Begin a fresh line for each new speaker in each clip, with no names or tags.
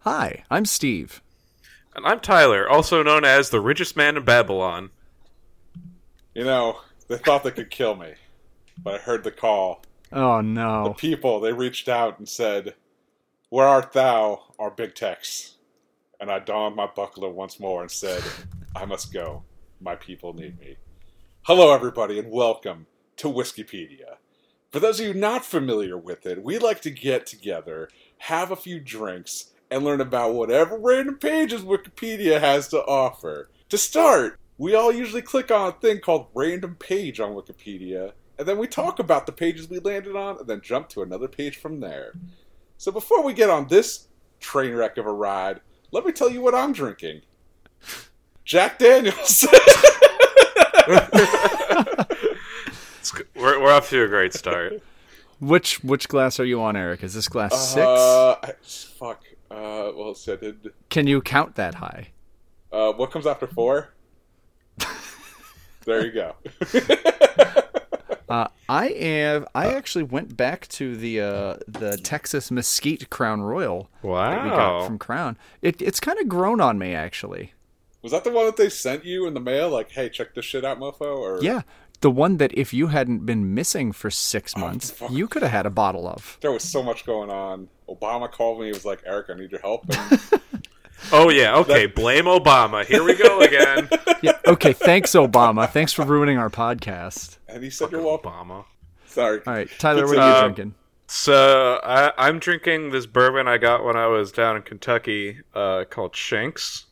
Hi, I'm Steve.
And I'm Tyler, also known as the richest man in Babylon.
You know, they thought they could kill me, but I heard the call.
Oh
The
no.
people, they reached out and said, Where art thou, our big Tex? And I donned my buckler once more and said, I must go. My people need me. Hello, everybody, and welcome to Wikipedia. For those of you not familiar with it, we like to get together, have a few drinks, and learn about whatever random pages Wikipedia has to offer. To start, we all usually click on a thing called Random Page on Wikipedia, and then we talk about the pages we landed on, and then jump to another page from there. So before we get on this train wreck of a ride, let me tell you what I'm drinking Jack Daniels.
It's g- We're, we're off to a great start.
Which which glass are you on, Eric? Is this glass six?
Uh, I, fuck. Uh, well, so I did.
Can you count that high?
Uh, what comes after four? there you go.
Uh, I am. I actually went back to the uh, the Texas Mesquite Crown Royal that we
Oh.
got
Wow.
from Crown. It, it's kind of grown on me actually.
Was that the one that they sent you in the mail? Like, hey, check this shit out, mofo. Or
Yeah, the one that if you hadn't been missing for six months,
Oh, fuck.
you could have had a bottle of.
there was so much going on. Obama called me. He was like, Eric, I need your help. And
Oh, yeah, okay. Blame Obama. Here we go again.
Yeah. Okay. Thanks, Obama. Thanks for ruining our podcast.
and he said, "You're welcome."
Obama.
Sorry.
All right, Tyler, what are you
Uh,
drinking?
So, I, I'm drinking this bourbon I got when I was down in Kentucky uh, called Shanks.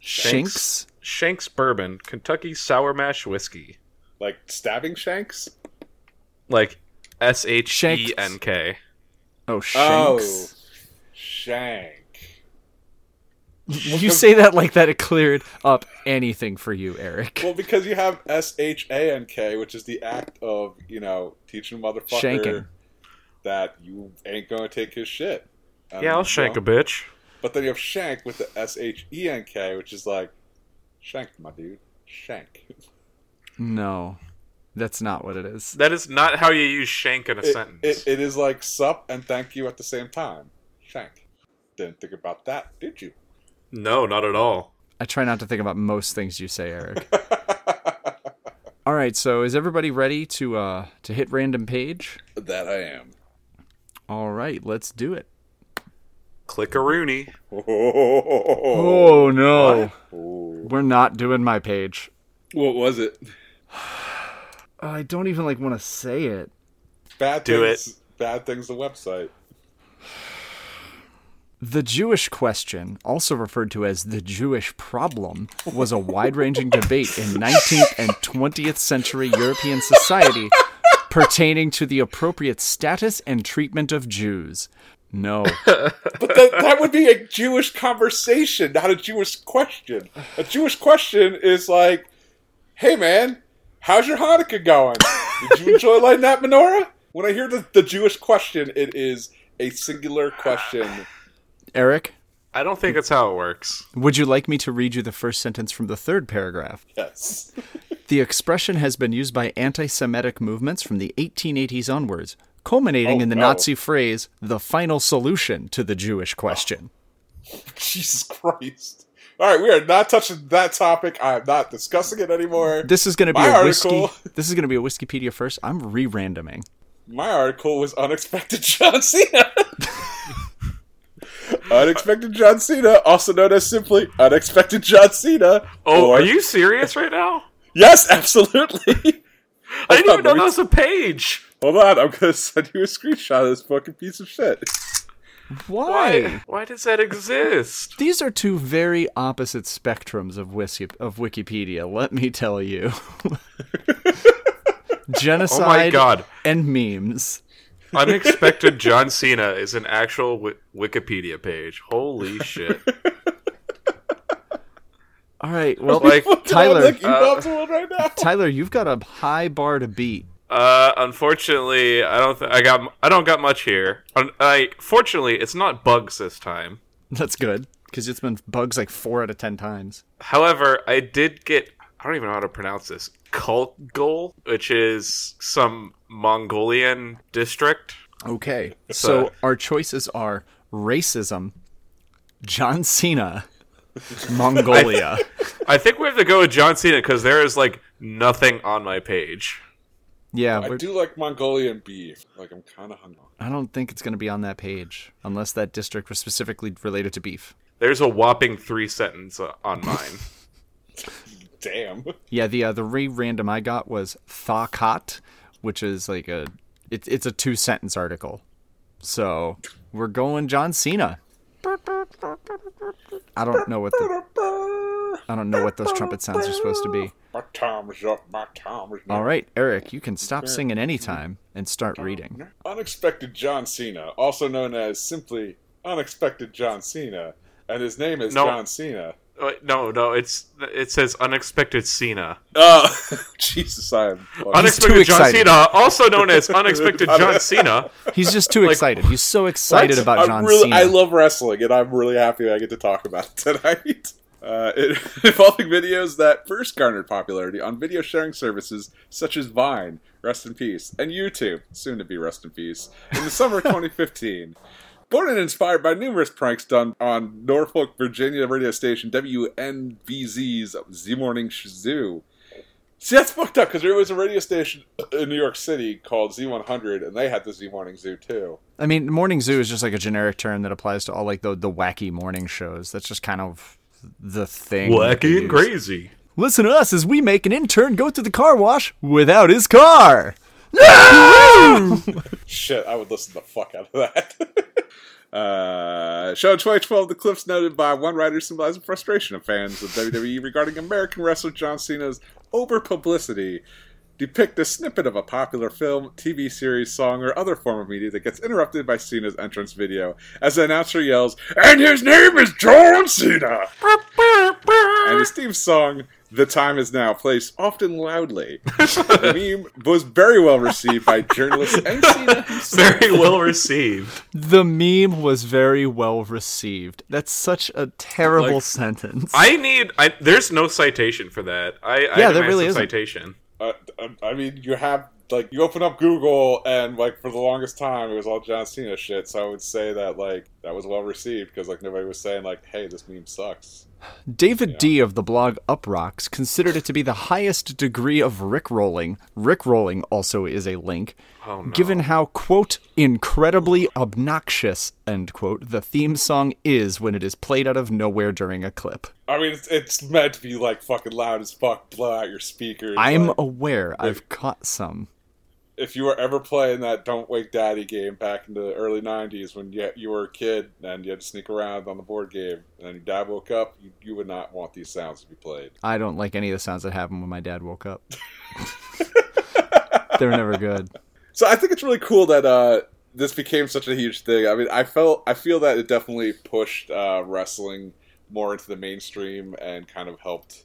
Shinks.
Shanks Bourbon, Kentucky Sour Mash Whiskey.
Like stabbing shanks.
Like S H E N K.
Oh, Shanks.
Oh, shank.
You say that like that it cleared up anything for you, Eric.
Well, because you have S H A N K, which is the act of you know teaching a motherfucker
Shanking.
that you ain't gonna take his shit. And,
Yeah, I'll shank
you
a
know,
bitch.
But then you have shank with the S H E N K, which is like shank, my dude, shank.
No, that's not what it is.
That is not how you use shank in a
It,
sentence.
it, it is like sup and thank you at the same time, shank. Didn't think about that, did you?
no, not at all.
I try not to think about most things you say, Eric. All right, so is everybody ready to uh to hit random page?
that I am.
All right, let's do it.
Click a Rooney.
Oh.
Oh no.
Oh.
We're not doing my page.
What was it?
I don't even like want to say it.
Bad
Do
things. Bad things. The website.
The Jewish question, also referred to as the Jewish problem, was a wide ranging debate in 19th and 20th century European society pertaining to the appropriate status and treatment of Jews. No.
But that, that would be a Jewish conversation, not a Jewish question. A Jewish question is like, hey man, how's your Hanukkah going? Did you enjoy lighting that menorah? When I hear the, the Jewish question, it is a singular question.
Eric,
I don't
Hmm.
think that's how it works.
would you like me to read you the first sentence from the third paragraph?
Yes.
The expression has been used by anti Semitic movements from the 1880s onwards, culminating
Oh,
in the
no.
Nazi phrase, the final solution to the Jewish question.
Jesus Christ. All right, we are not touching that topic. I am not discussing it anymore.
This is going to be
My
a whiskey.
article.
This is going to be a Wikipedia first. I'm re-randoming.
My article was Unexpected John Cena. Unexpected John Cena, also known as simply Unexpected John Cena.
Oh,
or-
are you serious right now?
Yes, absolutely.
I didn't
on,
even know
we-
that was a page.
Hold on, I'm gonna send you a screenshot of this fucking piece of shit.
Why?
Why? Why does that exist?
These are two very opposite spectrums of whisky, of Wikipedia. Let me tell you. Genocide
Oh God.
and memes.
Unexpected John Cena is an actual wi- Wikipedia page. Holy shit!
All right. Well,
Like-
Tyler,
like
uh,
email to one right now.
Tyler, you've got a high bar to beat.
Uh, unfortunately, I don't. Th- I got. m- I don't got much here. Un- I fortunately, it's not bugs this time.
That's good because it's been bugs like four out of ten times.
However, I did get. I don't even know how to pronounce this. Kulgul, which is some Mongolian district.
Okay. So
a-
our choices are racism, John Cena, Mongolia.
I think we have to go with John Cena because there is like nothing on my page.
yeah,
I
we're-
do like Mongolian beef. Like I'm kind of hungry.
I don't think it's going to be on that page unless that district was specifically related to beef.
There's a whopping three sentence uh, on mine.
Damn.
Yeah, the uh, the re random I got was Thakat, which is like a it's it's a two sentence article. So we're going John Cena. I don't know what the I don't know what those trumpet sounds are supposed to be.
My time's up. My time's up.
All right, Eric, you can stop singing anytime and start reading.
Unexpected John Cena, also known as simply Unexpected John Cena, and his name is
No.
John Cena.
Wait, Uh, no, no, it's it says unexpected Cena.
Uh, Jesus, I am.
Unexpected
too
John
excited.
Cena, also known as unexpected John Cena.
He's just too excited. He's so excited about
I'm
John
really,
Cena.
I love wrestling, and I'm really happy I get to talk about it tonight. Uh, it, involving videos that first garnered popularity on video sharing services such as Vine, rest in peace, and YouTube, soon to be rest in peace, in the summer of 2015. Born and inspired by numerous pranks done on Norfolk, Virginia radio station WNVZ's Z Morning Zoo. See, that's fucked up because there was a radio station in New York City called Z100, and they had the Z Morning Zoo too.
I mean, morning zoo is just like a generic term that applies to all like the the wacky morning shows. That's just kind of the thing. that they use.
crazy.
Listen to us as we make an intern go through the car wash without his car.
Shit, I would listen the fuck out of that. uh, show in 2012, the clips noted by one writer symbolizing frustration of fans of WWE regarding American wrestler John Cena's over publicity. Depict a snippet of a popular film, TV series, song, or other form of media that gets interrupted by Cena's entrance video as the announcer yells, And his name is John Cena! and his theme song, The Time Is Now, plays often loudly. the meme was very well received by journalists and Cena himself.
Very well received.
The meme was very well received. That's such a terrible
Like-
sentence.
I need. I, there's no citation for that. I I
Yeah, there
demand
really
some
isn't.
citation.
Uh, I- I mean, you have like you open up Google, and like for the longest time, it was all John Cena shit. So I would say that like that was well received because like nobody was saying like, "Hey, this meme sucks."
David D of the blog UpRocks considered it to be the highest degree of rickrolling. Rickrolling also is a link,
Oh no.
given how quote incredibly obnoxious end quote the theme song is when it is played out of nowhere during a clip.
I mean, it's, it's meant to be like fucking loud as fuck, blow out your speakers.
I'm
like,
aware I've caught some.
if you were ever playing that "Don't Wake Daddy" game back in the early '90s when you, you were a kid and you had to sneak around on the board game, and then your dad woke up, you, you would not want these sounds to be played.
I don't like any of the sounds that happen when my dad woke up. They're never good.
So I think it's really cool that uh, this became such a huge thing. I mean, I felt I feel that it definitely pushed uh, wrestling more into the mainstream and kind of helped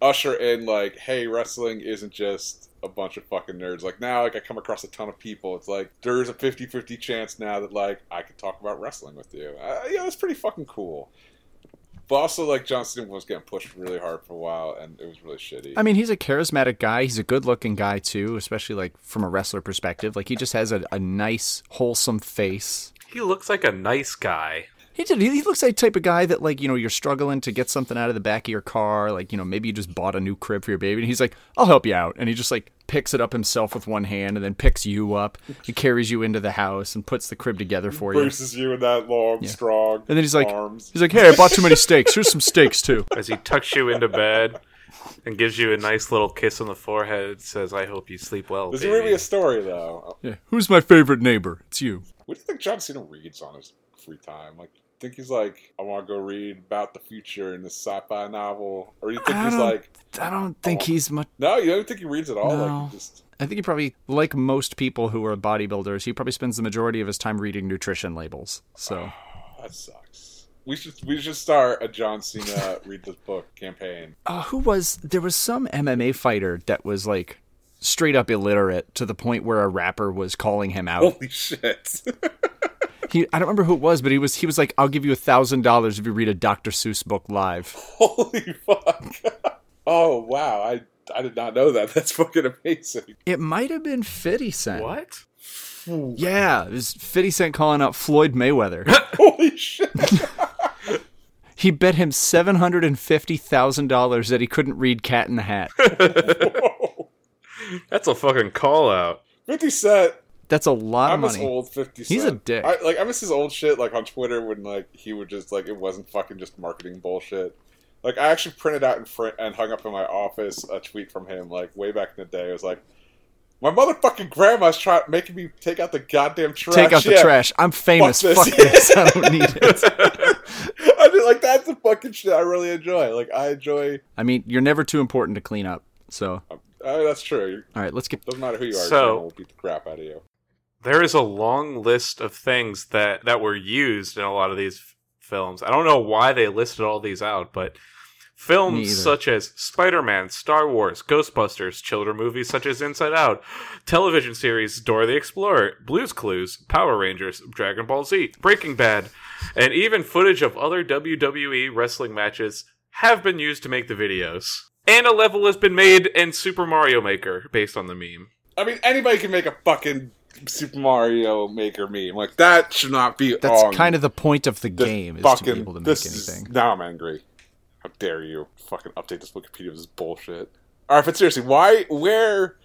usher in like, hey, wrestling isn't just a bunch of fucking nerds. Like now, like I come across a ton of people. It's like there's a 50-50 chance now that like I could talk about wrestling with you. Uh, yeah, that's pretty fucking cool. But also, like Johnston was getting pushed really hard for a while, and it was really shitty.
I mean, he's a charismatic guy. He's a good-looking guy too, especially like from a wrestler perspective. Like he just has a, a nice, wholesome face.
he looks like a nice guy.
He did. He he looks like the type of guy that like you know you're struggling to get something out of the back of your car. Like you know maybe you just bought a new crib for your baby, and he's like, "I'll help you out," and he just like picks it up himself with one hand, and then picks you up, and carries you into the house, and puts the crib together for you.
Bruces you in that long, strong,
And then he's like,
arms.
he's like, "Hey, I bought too many steaks. Here's some steaks too."
As he tucks you into bed and gives you a nice little kiss on the forehead, and says, "I hope you sleep well,
There's
baby."
really a story though. Uh,
Yeah. Who's my favorite neighbor? It's you.
What do you think John Cena reads on his free time? Like, think he's like, I want to go read about the future in this sci-fi novel, or do you think
I
he's
don't-
like,
I don't think he's much.
no, you don't think he reads at all?
No.
Like, he just
I think he probably, like most people who are bodybuilders, he probably spends the majority of his time reading nutrition labels. So
oh, that sucks. We should we should start a John Cena read this book campaign.
uh, who was there was some MMA fighter that was like straight up illiterate to the point where a rapper was calling him out.
Holy shit!
He I don't remember who it was, but he was he was like, "I'll give you a thousand dollars if you read a Dr. Seuss book live."
Holy fuck! oh wow, I I did not know that. That's fucking amazing.
It might have been Fifty Cent.
What?
Yeah, it was Fifty Cent calling out Floyd Mayweather.
Holy shit!
He bet him seven hundred and fifty thousand dollars that he couldn't read Cat in the Hat.
Whoa.
That's a fucking call out.
50 Cent.
That's a lot
I
of
miss
money.
old 50 Cent.
He's a dick.
I, like, I miss his old shit, like, on Twitter when, like, he would just, like, it wasn't fucking just marketing bullshit. Like, I actually printed out and, fr- and hung up in my office a tweet from him, like, way back in the day. It was like, my motherfucking grandma's trying making me take out the goddamn trash.
Take out the
Yeah.
trash. I'm famous.
this.
Fuck this. I don't need it.
I mean, like, that's the fucking shit I really enjoy. Like, I enjoy.
I mean, you're never too important to clean up. So,
Uh, that's true.
all right, let's get.
Doesn't matter who you are,
So-
someone will beat the crap out of you.
there is a long list of things that that were used in a lot of these f- films. I don't know why they listed all these out, but
Me
films
either.
such as Spider-Man, Star Wars, Ghostbusters, children movies such as Inside Out, television series Dora the Explorer, Blue's Clues, Power Rangers, Dragon Ball Z, Breaking Bad, and even footage of other WWE wrestling matches have been used to make the videos. And a level has been made in Super Mario Maker based on the meme.
I mean, anybody can make a fucking Super Mario Maker meme. Like, that should not be
That's
on
kind of the point of the
Um, this
game is
fucking,
to be able to make
this is-
anything.
now I'm angry. How dare you fucking update this Wikipedia with this bullshit. Alright, but seriously, why, where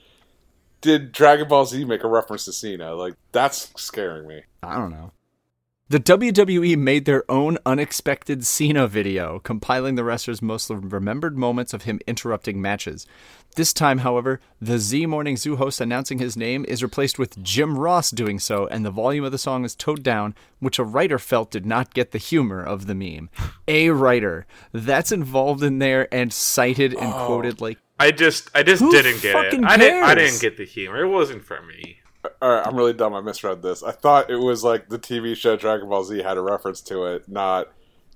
did Dragon Ball Z make a reference to Cena? Like, that's scaring me.
I don't know. The WWE made their own unexpected Cena video, compiling the wrestler's most remembered moments of him interrupting matches. This time, however, the Z Morning Zoo host announcing his name is replaced with Jim Ross doing so, and the volume of the song is toned down, which a writer felt did not get the humor of the meme. A writer. That's involved in there and cited and quoted like
I just I just
Who
didn't get it.
fucking
I didn't I
cares?
didn't get the humor. It wasn't for me.
Alright, I'm really dumb. I misread this. I thought it was like the TV show Dragon Ball Z had a reference to it, not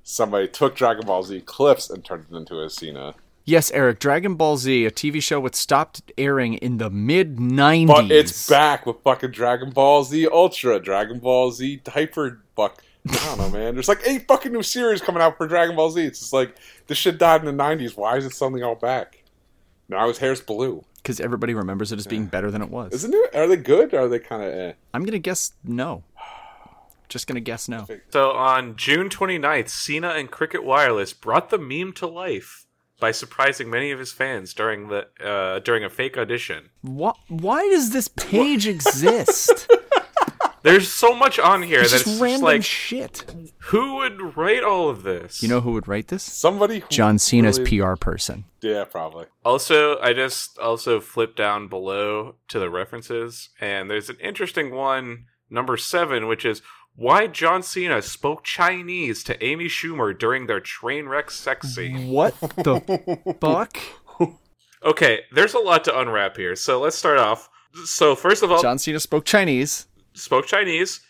somebody took Dragon Ball Z clips and turned it into a Cena.
Yes, Eric, Dragon Ball Z, a TV show which stopped airing in the mid 90s.
But it's back with fucking Dragon Ball Z Ultra, Dragon Ball Z Hyper Buck. I don't know, man. There's like eight fucking new series coming out for Dragon Ball Z. It's just like this shit died in the '90s. Why is it suddenly all back? Now his hair's blue.
because everybody remembers it as being better than it was.
Isn't it? Are they good? or Are they kind of? Eh?
I'm gonna guess no. Just gonna guess no.
So on June 29th, Cena and Cricket Wireless brought the meme to life by surprising many of his fans during the uh, during a fake audition.
Why, why does this page exist?
There's so much on here
It's
that
just
it's just
random
like
shit.
who would write all of this?
You know who would write this?
Somebody who
John Cena's
really-
PR person.
Yeah, probably.
Also, I just also flipped down below to the references, and there's an interesting one, number seven, which is why John Cena spoke Chinese to Amy Schumer during their train wreck sex scene.
What the fuck?
Okay, there's a lot to unwrap here, so let's start off. So first of all,
John Cena spoke Chinese.
spoke Chinese,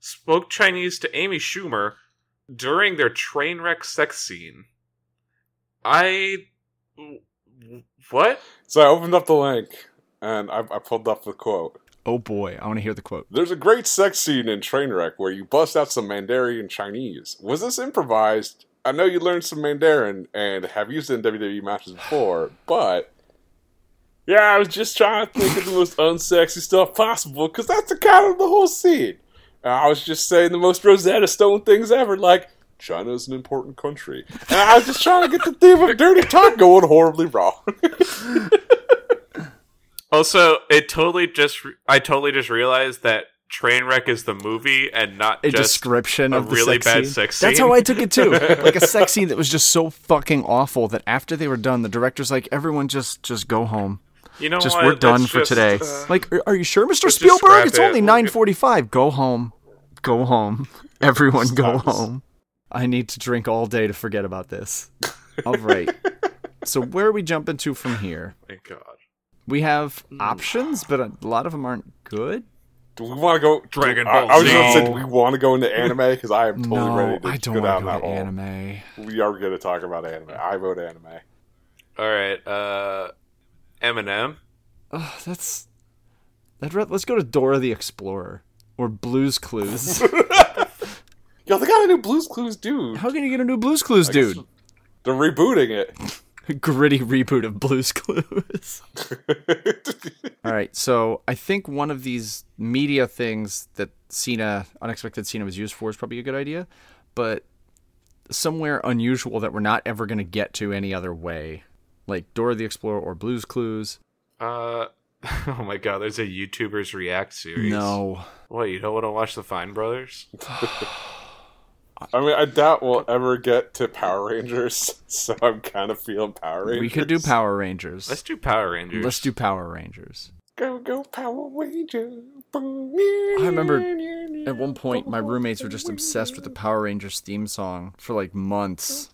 spoke Chinese to Amy Schumer during their train wreck sex scene. I w- w- what?
So I opened up the link and I, I pulled up the quote.
Oh boy, I want to hear the quote.
There's a great sex scene in Trainwreck where you bust out some Mandarin Chinese. Was this improvised? I know you learned some Mandarin and have used it in WWE matches before, but yeah, I was just trying to think of the most unsexy stuff possible because that's the kind of the whole scene. And I was just saying the most Rosetta Stone things ever, like China is an important country. And I was just trying to get the theme of dirty talk going horribly wrong.
Also, it totally just re- I totally just realized that Trainwreck is the movie and not
A
just
description
a
of the
really
sex
bad
scene.
sex
That's
scene.
how I took it too. Like a sex scene that was just so fucking awful that after they were done, the director's like, "Everyone, just just go home."
you know
just
what?
we're done
Let's
for
just,
today.
uh,
like, are, are you sure, Mr.
just
Spielberg?
scrap
It's
it.
only
We'll
nine
get-
forty-five. Go home. Go home. Everyone, go
Stop this.
home. I need to drink all day to forget about this. All right. so where are we jumping to from here?
thank God.
We have options, but a lot of them aren't good.
Do we want to go
Dragon
I-
Ball
I, was
Z.
going to say, do
No.
we want to go into anime? Because I am totally
no,
ready to
I don't
go
want
down
to go
that
to
hole.
anime.
We are going to talk about anime. I vote anime.
All right, uh, Eminem.
Ugh, that's. That re- let's go to Dora the Explorer or Blue's Clues.
Yo, they got a new Blue's Clues dude.
How can you get a new Blue's Clues, dude?
They're rebooting it.
Gritty reboot of Blue's Clues. All right, so I think one of these media things that Cena, unexpected Cena, was used for is probably a good idea, but somewhere unusual that we're not ever going to get to any other way, like Dora the Explorer or Blue's Clues.
Uh, oh my god, there's a YouTubers React series.
No,
What, you don't want to watch the Fine Brothers?
I mean, I doubt we'll ever get to Power Rangers, so I'm kind of feeling Power Rangers.
we could do Power Rangers.
Let's do Power Rangers.
Let's do Power Rangers.
Go, go, Power Rangers.
I
I
remember At one point, my roommates were just obsessed with the Power Rangers theme song for like months.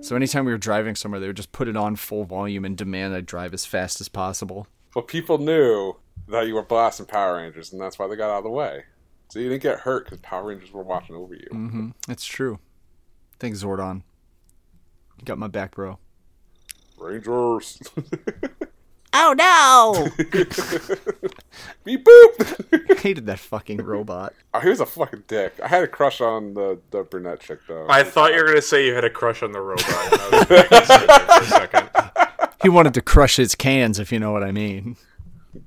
So anytime we were driving somewhere, they would just put it on full volume and demand I drive as fast as possible.
Well, people knew that you were blasting Power Rangers, and that's why they got out of the way. So you didn't get hurt because Power Rangers were watching over you.
Mm-hmm. It's true. Thanks, Zordon. You got my back, bro.
Rangers.
Oh no!
Beep boop.
I hated that fucking robot.
oh, he was a fucking dick. I had a crush on the, the brunette chick, though.
I thought you were going to say you had a crush on the robot. and I was like, for a second.
He wanted to crush his cans, if you know what I mean.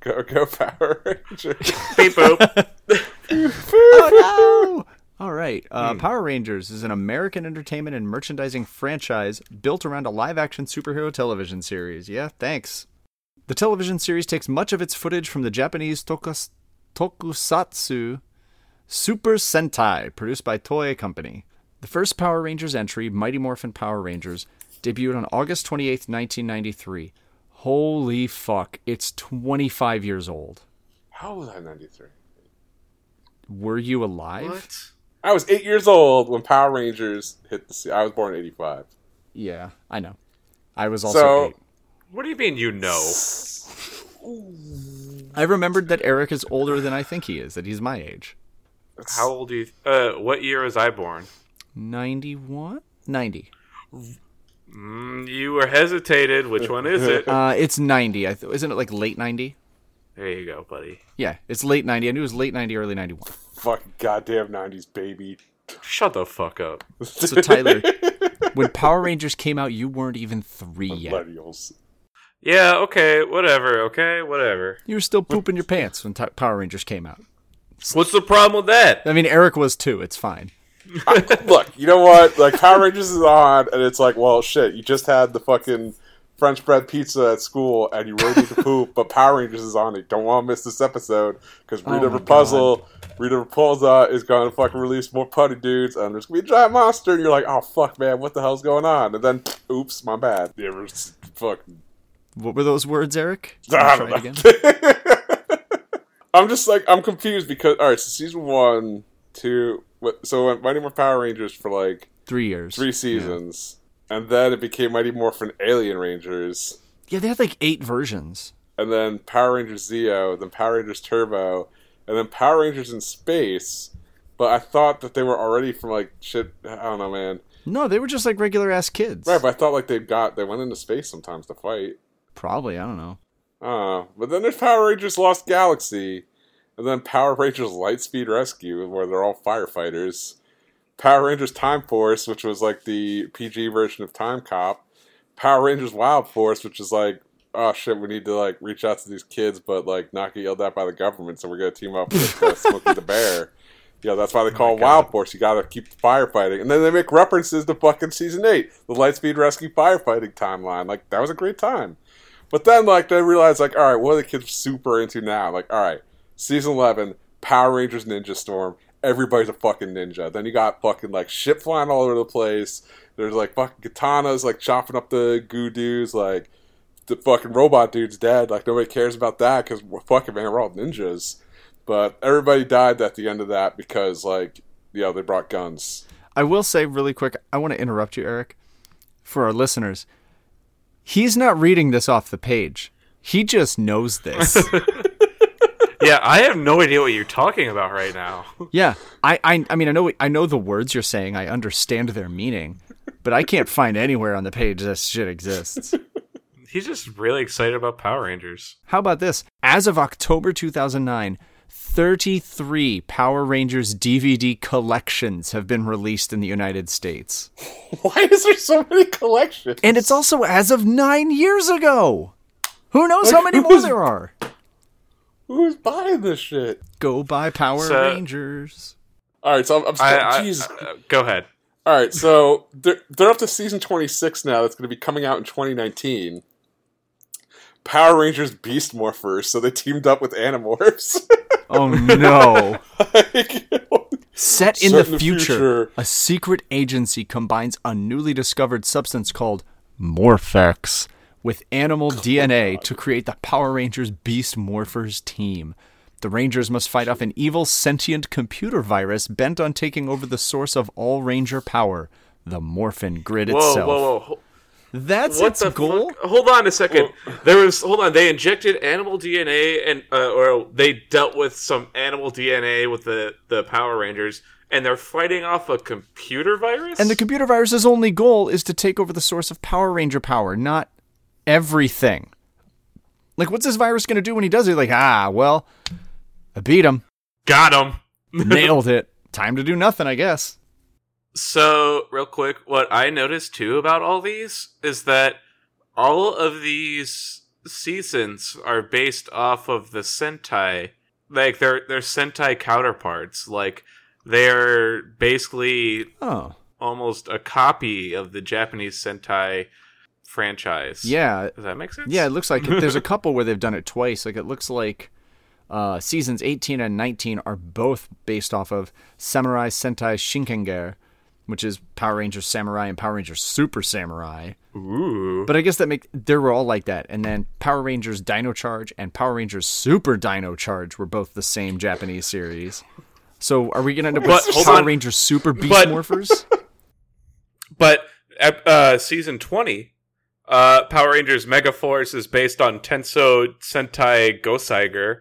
Go, go, Power Rangers.
Beep boop.
Oh no! All right. Uh, Power Rangers is an American entertainment and merchandising franchise built around a live action superhero television series. Yeah, thanks. The television series takes much of its footage from the Japanese tokus- tokusatsu Super Sentai, produced by Toei Company. The first Power Rangers entry, Mighty Morphin Power Rangers, debuted on August 28, 1993. Holy fuck, it's 25 years old.
How old was I in 93?
Were you alive?
What?
I was eight years old when Power Rangers hit the sea. I was born in 85.
Yeah, I know. I was also
So-
eight.
What do you mean you know?
I remembered that Eric is older than I think he is, that he's my age.
How old do you. Uh, what year was I born?
91? 90.
Mm, you were hesitated. Which one is it?
Uh, it's 90. I th- isn't it like late 90?
There you go, buddy.
Yeah, it's late 90. I knew it was late 90, early 91.
Fucking goddamn 90s, baby.
Shut the fuck up.
So, Tyler, when Power Rangers came out, you weren't even three yet.
Millennials.
Yeah, okay, whatever, okay, whatever.
You were still pooping your pants when t- Power Rangers came out.
What's the problem with that?
I mean, Eric was too. It's fine.
Look, you know what? Like, Power Rangers is on, and it's like, well, shit, you just had the fucking French bread pizza at school, and you really need to poop, but Power Rangers is on. You don't want to miss this episode, because Rita
Oh my
Repulsa, Rita Repulsa is going to fucking release more putty dudes, and there's going to be a giant monster, and you're like, oh, fuck, man, what the hell's going on? And then, oops, my bad. You ever s- fucking
What were those words, Eric? Can you
I
try
don't
it again?
know. I'm just like I'm confused because all right, so season one, two, what, so it went Mighty Morphin Power Rangers for like
Three years.
three seasons, and then it became Mighty Morphin Alien Rangers,
Yeah, they had like eight versions.
and then Power Rangers Zeo, then Power Rangers Turbo, and then Power Rangers in Space. But I thought that they were already from like shit. I don't know, man.
No, they were just like regular ass kids.
Right, but I thought like they got they went into space sometimes to fight.
Probably, I don't know.
Uh, but then there's Power Rangers Lost Galaxy, and then Power Rangers Lightspeed Rescue, where they're all firefighters. Power Rangers Time Force, which was like the PG version of Time Cop. Power Rangers Wild Force, which is like, oh shit, we need to like reach out to these kids, but like not get yelled at by the government, so we're gonna team up with uh, Smokey the Bear. Yeah, that's why they call it Wild Force. You gotta keep firefighting, and then they make references to fucking season eight, the Lightspeed Rescue firefighting timeline. Like that was a great time. But then, like, they realized, like, all right, what are the kids super into now? Like, all right, season 11, Power Rangers Ninja Storm. Everybody's a fucking ninja. Then you got fucking, like, shit flying all over the place. There's, like, fucking katanas, like, chopping up the goo dudes. Like, the fucking robot dude's dead. Like, nobody cares about that because, fuck it, man, we're all ninjas. But everybody died at the end of that because, like, you know, they brought guns.
I will say really quick, I want to interrupt you, Eric, for our listeners. He's not reading this off the page. He just knows this.
Yeah, I have no idea what you're talking about right now.
yeah. I, I I mean I know I know the words you're saying. I understand their meaning, but I can't find anywhere on the page this shit exists.
He's just really excited about Power Rangers.
How about this? As of October 2009, 33 Power Rangers DVD collections have been released in the United States.
Why is there so many collections?
And it's also as of 9 years ago. Who knows how many more there are?
Who's buying this shit?
Go buy Power
So-
Rangers.
All right, so I'm, I'm
I, I,
Jesus
uh, go ahead.
All right, so they're, they're up to season 26 now. That's going to be coming out in 2019. Power Rangers Beast Morphers, so they teamed up with Animorphs.
Oh no.
like,
Set in
Set
the future,
future.
a secret agency combines a newly discovered substance called Morphex with animal DNA to create the Power Rangers Beast Morphers team. The Rangers must fight off an evil sentient computer virus bent on taking over the source of all Ranger power, the Morphin Grid
Whoa,
itself.
whoa, whoa! Ho-
That's
What
its
the
goal?
fuck? Hold on a second. There was hold on. They injected animal DNA and uh, or they dealt with some animal DNA with the the Power Rangers, and they're fighting off a computer virus.
And the computer virus's only goal is to take over the source of Power Ranger power, not everything. Like, what's this virus going to do when he does it? Like, ah, well, I beat him.
got him.
Nailed it. Time to do nothing, I guess.
So, real quick, what I noticed too about all these is that all of these seasons are based off of the Sentai, like their their Sentai counterparts. Like they're basically
Oh.
almost a copy of the Japanese Sentai franchise.
Yeah.
does that make sense?
Yeah, it looks like there's a couple where they've done it twice. Like, it looks like uh, seasons 18 and 19 are both based off of Samurai Sentai Shinkenger, which is Power Rangers Samurai and Power Rangers Super Samurai.
Ooh.
But I guess that make they were all like that. And then Power Rangers Dino Charge and Power Rangers Super Dino Charge were both the same Japanese series. So are we gonna end up
But-
with
hold
Power
on.
Rangers Super Beast
But-
Morphers?
But ep- uh, season twenty, uh, Power Rangers Mega Force is based on Tenso Sentai Goseiger,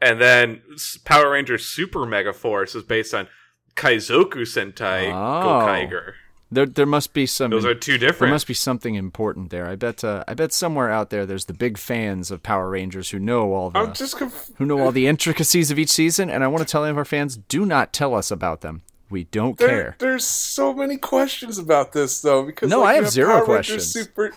and then S- Power Rangers Super Mega Force is based on Kaizoku Sentai
Oh.
Gokaiger.
There, there must be some.
Those are two
there
different.
must be something important there. I bet. Uh, I bet somewhere out there, there's the big fans of Power Rangers who know all the
I'm just conf-
who know all the intricacies of each season. And I want to tell any of our fans: do not tell us about them. We don't
there,
care.
There's so many questions about this though because
No,
like,
I
you
have zero
Power Rangers
questions.
Super.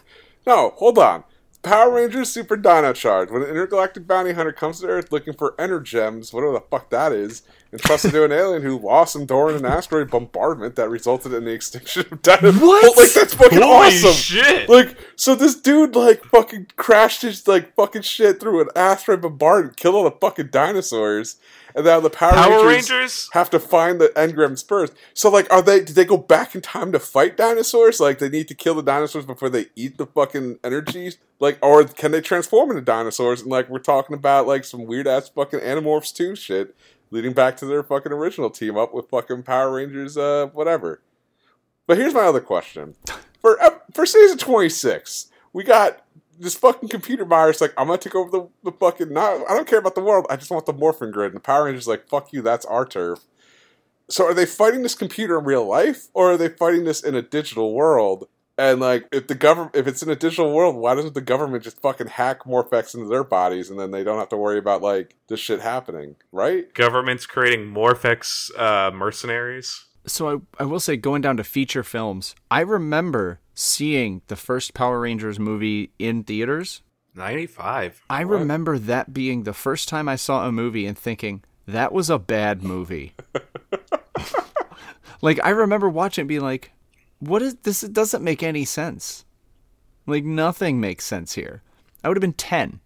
No, hold on. Power Rangers Super Dino Charge. When an intergalactic bounty hunter comes to Earth looking for Energems, whatever the fuck that is, entrusted to an alien who lost them during an asteroid bombardment that resulted in the extinction of dino. Oh,
What?
Like that's fucking
Holy
awesome.
shit!
Like, so this dude like fucking crashed his like fucking shit through an asteroid bombardment, killed all the fucking dinosaurs, and now the Power,
Power
Rangers,
Rangers?
have to find the engrams first. So like, are they? Did they go back in time to fight dinosaurs? Like, they need to kill the dinosaurs before they eat the fucking energies. Like, or can they transform into dinosaurs? And like, we're talking about like some weird ass fucking Animorphs two shit, leading back to their fucking original team up with fucking Power Rangers, uh, whatever. But here's my other question. For ep- for season 26, we got this fucking computer virus like I'm gonna take over the, the fucking not I don't care about the world, I just want the morphin grid. And the Power Rangers like, fuck you, that's our turf. So are they fighting this computer in real life or are they fighting this in a digital world? And like if the government if it's in a digital world, why doesn't the government just fucking hack Morphex into their bodies and then they don't have to worry about like this shit happening, right?
Government's creating Morphex uh, mercenaries.
so I, I will say going down to feature films i remember seeing the first power rangers movie in theaters
Ninety-five.
i remember that being the first time i saw a movie and thinking that was a bad movie like i remember watching it being like what is this it doesn't make any sense like nothing makes sense here i would have been 10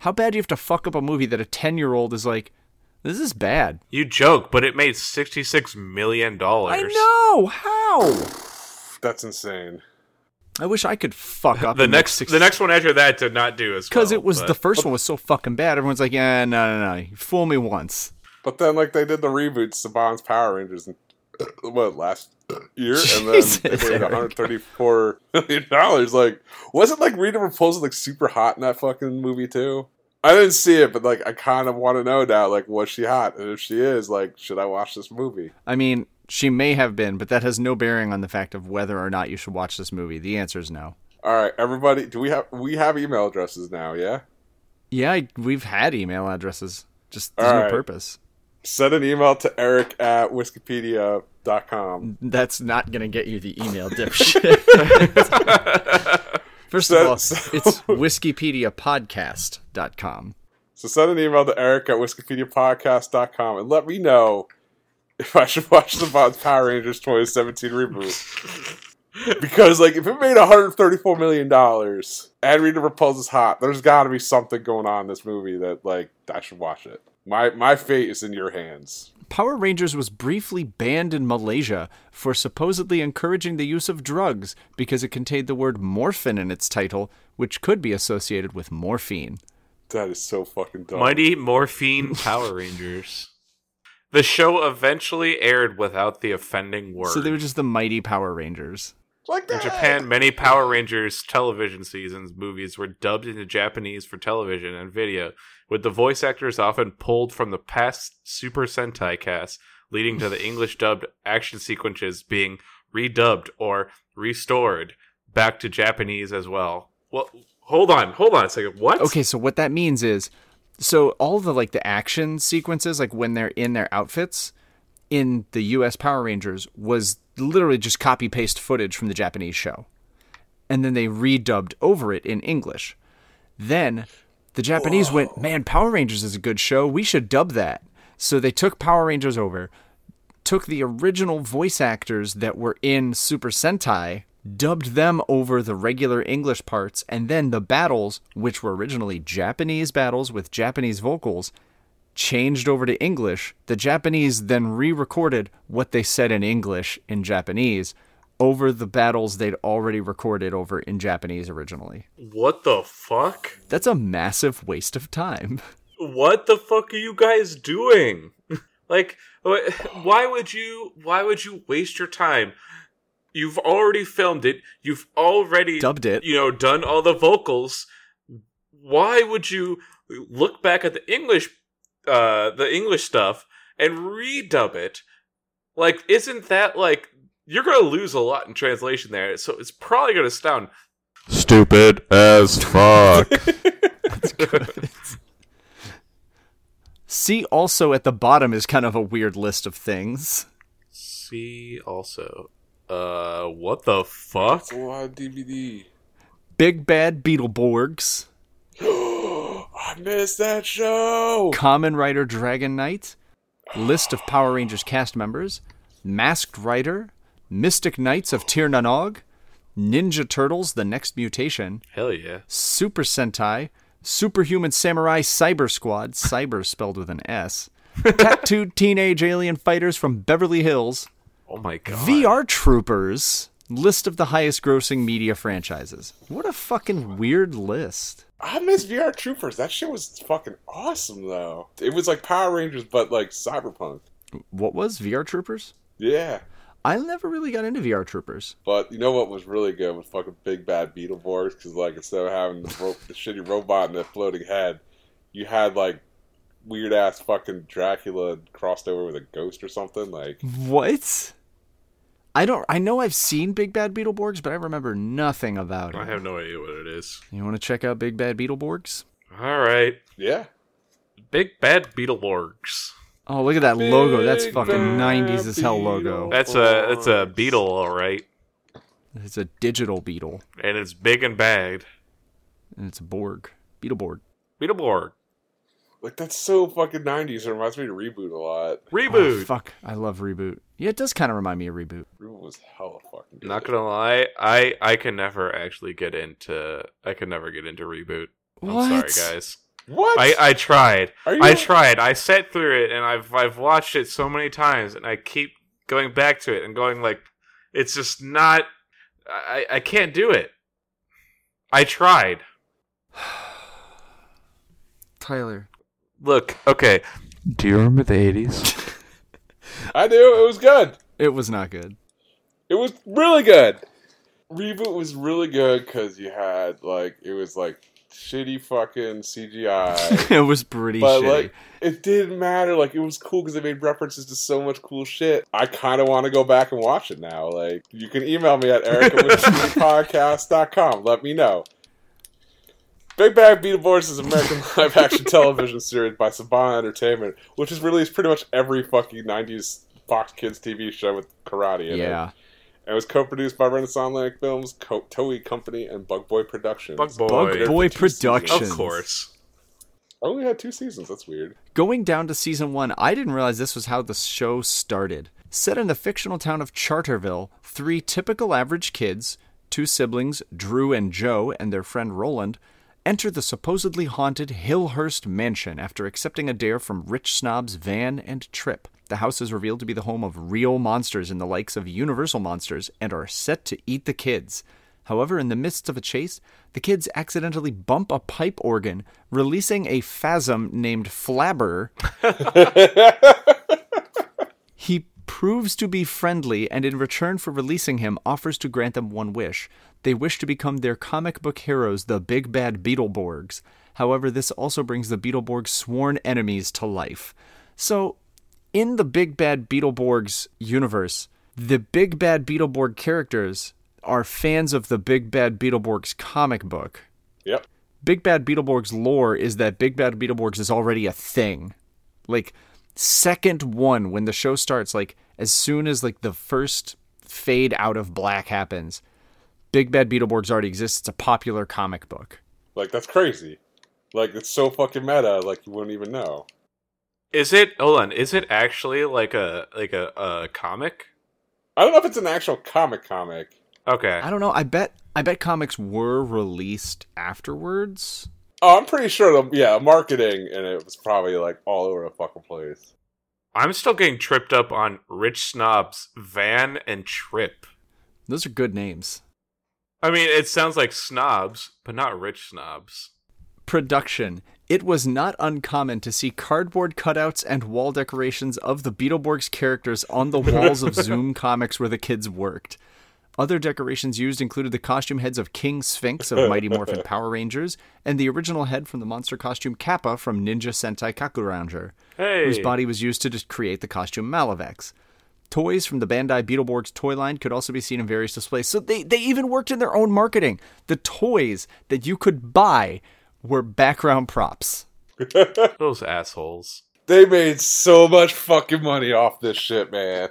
how bad do you have to fuck up a movie that a 10 year old is like this is bad
You joke, but it made sixty-six million dollars.
i know how
That's insane.
I wish I could fuck up
The
and make
next,
60
the next one after that did not do as
because
Oh,
well,
it was
but-
the first one was so fucking bad. Everyone's like, yeah, no, no, no, you fool me once.
But then, like, they did the reboot Saban's Power Rangers in, what, last year? And then
Jesus,
they made
Eric.
$134 million. dollars. Like, wasn't, like, Rita Repulsa, like, super hot in that fucking movie, too? I didn't see it, but, like, I kind of want to know now, like, was she hot? And if she is, like, should I watch this movie?
I mean, she may have been, but that has no bearing on the fact of whether or not you should watch this movie. The answer is no.
All right, everybody, do we have, we have email addresses now, yeah?
Yeah, I, we've had email addresses. Just there's
All
no
right.
purpose.
Send an email to eric at wikipedia.com.
That's not gonna get you the email dipshit. First of
So-
all,
so-
it's wikipediapodcast.com.
So send an email to eric at wikipedia podcast.com and let me know if I should watch the Von Power Rangers 2017 reboot. Because like if it made 134 million dollars and Rita Repulsa's hot, there's got to be something going on in this movie that like I should watch it. My my fate is in your hands.
Power Rangers was briefly banned in Malaysia for supposedly encouraging the use of drugs because it contained the word morphine in its title, which could be associated with morphine.
That is so fucking dumb.
Mighty Morphine Power Rangers. The show eventually aired without the offending word.
So they were just the mighty Power Rangers.
like
In Japan, many Power Rangers television seasons movies were dubbed into Japanese for television and video, with the voice actors often pulled from the past Super Sentai cast, leading to the English dubbed action sequences being redubbed or restored back to Japanese as well. Well, hold on, hold on a second. What?
Okay, so what that means is so all the like the action sequences like when they're in their outfits in the US Power Rangers was literally just copy paste footage from the Japanese show. And then they redubbed over it in English. Then the Japanese went, "Man, Power Rangers is a good show. We should dub that." So they took Power Rangers over, took the original voice actors that were in Super Sentai, dubbed them over the regular English parts, and then the battles, which were originally Japanese battles with Japanese vocals, changed over to English. The Japanese then re recorded what they said in English in Japanese over the battles they'd already recorded over in Japanese originally.
What the fuck?
That's a massive waste of time.
what the fuck are you guys doing? like, wh- why would you? Why would you waste your time? You've already filmed it. You've already
Dubbed it.
You know, done all the vocals. Why would you look back at the English, uh, the English stuff and redub it? Like, isn't that like you're gonna lose a lot in translation there? So it's probably gonna sound
Stupid as fuck.
See, also at the bottom is kind of a weird list of things.
see. Also, uh, what the fuck?
It's a lot of DVD.
Big Bad Beetleborgs,
I missed that show.
Common Rider Dragon Knight, List of Power Rangers cast members, Masked Rider, Mystic Knights of Tir Nanog, Ninja Turtles The Next Mutation,
Hell yeah.
Super Sentai, Superhuman Samurai Cyber Squad, cyber spelled with an S, Tattooed Teenage Alien Fighters from Beverly Hills,
Oh my god.
VR Troopers, list of the highest grossing media franchises. What a fucking weird list.
I miss VR Troopers. That shit was fucking awesome though. It was like Power Rangers but like cyberpunk.
What was VR Troopers?
Yeah.
I never really got into VR Troopers.
But you know what was really good was fucking Big Bad Beetleborgs because like instead of having the, ro- the shitty robot and the floating head, you had like weird ass fucking Dracula crossed over with a ghost or something. Like
What? I don't. I know I've seen Big Bad Beetleborgs, but I remember nothing about
I
it.
have no idea what it is.
You want to check out Big Bad Beetleborgs?
All right.
yeah,
Big Bad Beetleborgs.
Oh, look at that logo. That's
Big
fucking
Bad
90s as hell logo.
That's a that's a beetle, all right.
It's a digital beetle,
And it's big and bad.
and it's a Borg. Beetleborg.
Beetleborg.
like that's so fucking nineties. It reminds me of Reboot a lot.
Oh,
Reboot.
fuck. I love Reboot. Yeah, it does kind of remind me of Reboot.
Reboot was hella fucking good.
Not gonna lie, I I can never actually get into I can never get into reboot. I'm
What?
sorry, guys.
what?
I I tried.
Are you-
I tried. I sat through it, and I've I've watched it so many times, and I keep going back to it and going like, it's just not. I I can't do it. I tried.
Tyler.
Look, okay.
Do you remember the 80s?
I do. It was good.
It was not good.
It was really good. Reboot was really good because you had like it was like shitty fucking CGI.
it was pretty
But
shitty.
like, it didn't matter. Like, it was cool because they made references to so much cool shit. I kind of want to go back and watch it now. Like, you can email me at erica.podcast.com. Let me know. Big Bad Beetleborgs is an American live action television series by Saban Entertainment, which has released pretty much every fucking 90s Fox Kids TV show with karate in it.
yeah.
And it was co produced by Renaissance Atlantic Films, Co- Toei Company, and Bug Boy Productions.
Bug
Bug
Boy.
Boy
They're the two
Productions.
Of course.
only had two seasons. That's weird.
Going down to season one, I didn't realize this was how the show started. Set in the fictional town of Charterville, three typical average kids, two siblings, Drew and Joe, and their friend Roland, enter the supposedly haunted Hillhurst Mansion after accepting a dare from rich snobs Van and Trip. The house is revealed to be the home of real monsters and the likes of Universal monsters and are set to eat the kids. However, in the midst of a chase, the kids accidentally bump a pipe organ, releasing a phasm named Flabber. he proves to be friendly and, in return for releasing him, offers to grant them one wish. They wish to become their comic book heroes, the Big Bad Beetleborgs. However, this also brings the Beetleborgs' sworn enemies to life. So, in the Big Bad Beetleborgs universe, the Big Bad Beetleborg characters are fans of the Big Bad Beetleborgs comic book.
Yep.
Big Bad Beetleborgs lore is that Big Bad Beetleborgs is already a thing. Like second one when the show starts, like as soon as like the first fade out of black happens, Big Bad Beetleborgs already exists. It's a popular comic book.
Like that's crazy. Like it's so fucking meta. Like you wouldn't even know.
Is it hold on? Is it actually like a like a, a comic?
I don't know if it's an actual comic comic.
Okay,
I don't know. I bet I bet comics were released afterwards.
Oh, I'm pretty sure. The, yeah, marketing and it was probably like all over the fucking place.
I'm still getting tripped up on rich snobs Van and Trip.
Those are good names.
I mean, it sounds like snobs, but not rich snobs.
production, it was not uncommon to see cardboard cutouts and wall decorations of the Beetleborgs characters on the walls of Zoom comics where the kids worked. Other decorations used included the costume heads of King Sphinx of Mighty Morphin Power Rangers and the original head from the monster costume Kappa from Ninja Sentai Kakuranger, whose
Hey,
body was used to just create the costume Malavex. Toys from the Bandai Beetleborgs toy line could also be seen in various displays. So they, they even worked in their own marketing. The toys that you could buy were background props.
those assholes.
They made so much fucking money off this shit, man.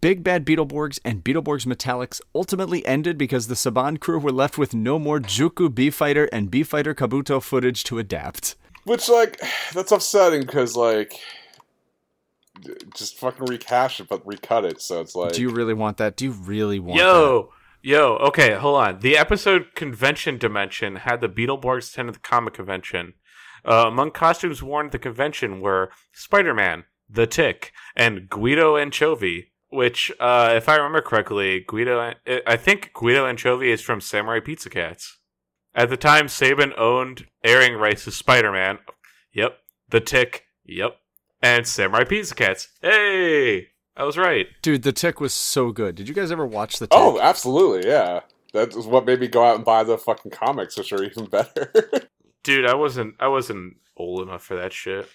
Big Bad Beetleborgs and Beetleborgs Metallics ultimately ended because the Saban crew were left with no more Juku B Fighter and B Fighter Kabuto footage to adapt.
Which, like, that's upsetting because, like, d- just fucking recash it, but recut it. So it's like,
Do you really want that? Do you really want that?
Yo, yo. Okay, hold on. The episode convention dimension had the Beetleborgs attend the comic convention. Uh, among costumes worn at the convention were Spider-Man, the Tick, and Guido Anchovy. Which, uh, if I remember correctly, Guido. I- I think Guido Anchovy is from Samurai Pizza Cats. At the time, Saban owned airing rights to Spider-Man. Yep. The Tick. Yep. And Samurai Pizza Cats. Hey, I was right.
Dude, the tick was so good. Did you guys ever watch the tick?
oh, absolutely, yeah. That is what made me go out and buy the fucking comics, which are even better.
dude i wasn't i wasn't old enough for that shit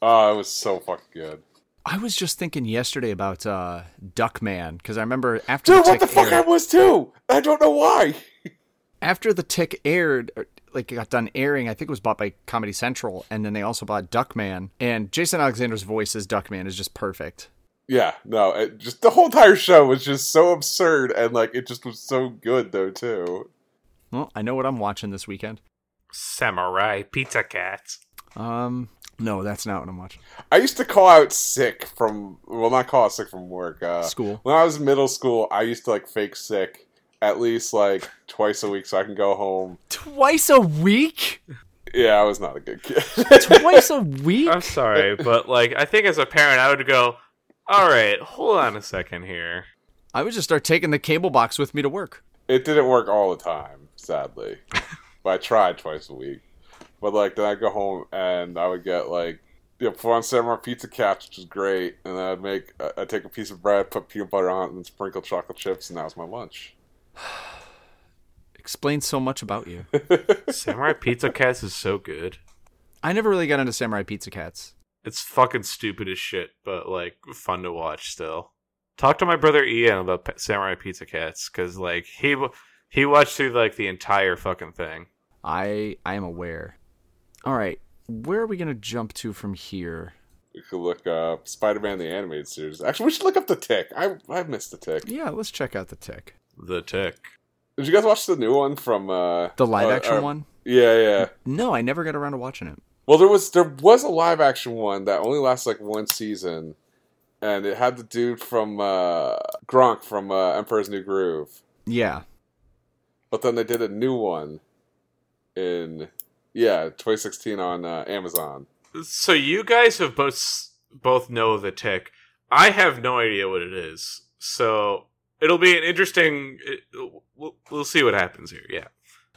oh, it was so fucking good.
I was just thinking yesterday about uh, Duckman, because I remember after
Dude,
the
what
tick
the fuck?
aired-
I was too. I don't know why.
after the tick aired or, like it got done airing i think it was bought by comedy central and then they also bought duckman and jason alexander's voice as duckman is just perfect
Yeah, no, it just the whole entire show was just so absurd, and like, it just was so good though too.
well i know what i'm watching this weekend
samurai pizza cats
um no that's not what i'm watching
I used to call out sick from well, not call out sick from work. Uh,
School.
When I was in middle school, I used to like fake sick at least like twice a week, so I can go home.
twice a week
Yeah, I was not a good kid.
twice a week
i'm sorry but like i think as a parent i would go all right hold on a second here
i would just start taking the cable box with me to work
it didn't work all the time, sadly, but I tried twice a week. But like, then I'd go home and I would get like. You know, put on Samurai Pizza Cats, which is great, and then I'd make I- I'd take a piece of bread, put peanut butter on, it, and sprinkle chocolate chips, and that was my lunch.
explains so much about you
samurai pizza cats is so good
i never really got into samurai pizza cats
it's fucking stupid as shit but like fun to watch still talk to my brother ian about P- samurai pizza cats because like he w- he watched through like the entire fucking thing
i i am aware all right where are we gonna jump to from here
We could look up Spider-Man the animated series. Actually, we should look up the Tick. I I missed the Tick.
yeah let's check out the tick
the tick
Did you guys watch the new one from uh
the live
uh,
action
uh,
one
Yeah, yeah.
No, I never got around to watching it.
Well, there was there was a live action one that only lasts like one season, and it had the dude from uh, Gronk from uh, Emperor's New Groove.
Yeah.
But then they did a new one in yeah 2016 on uh, Amazon.
So you guys have both both know the tick. I have no idea what it is. So it'll be an interesting. It, we'll, we'll see what happens here. Yeah.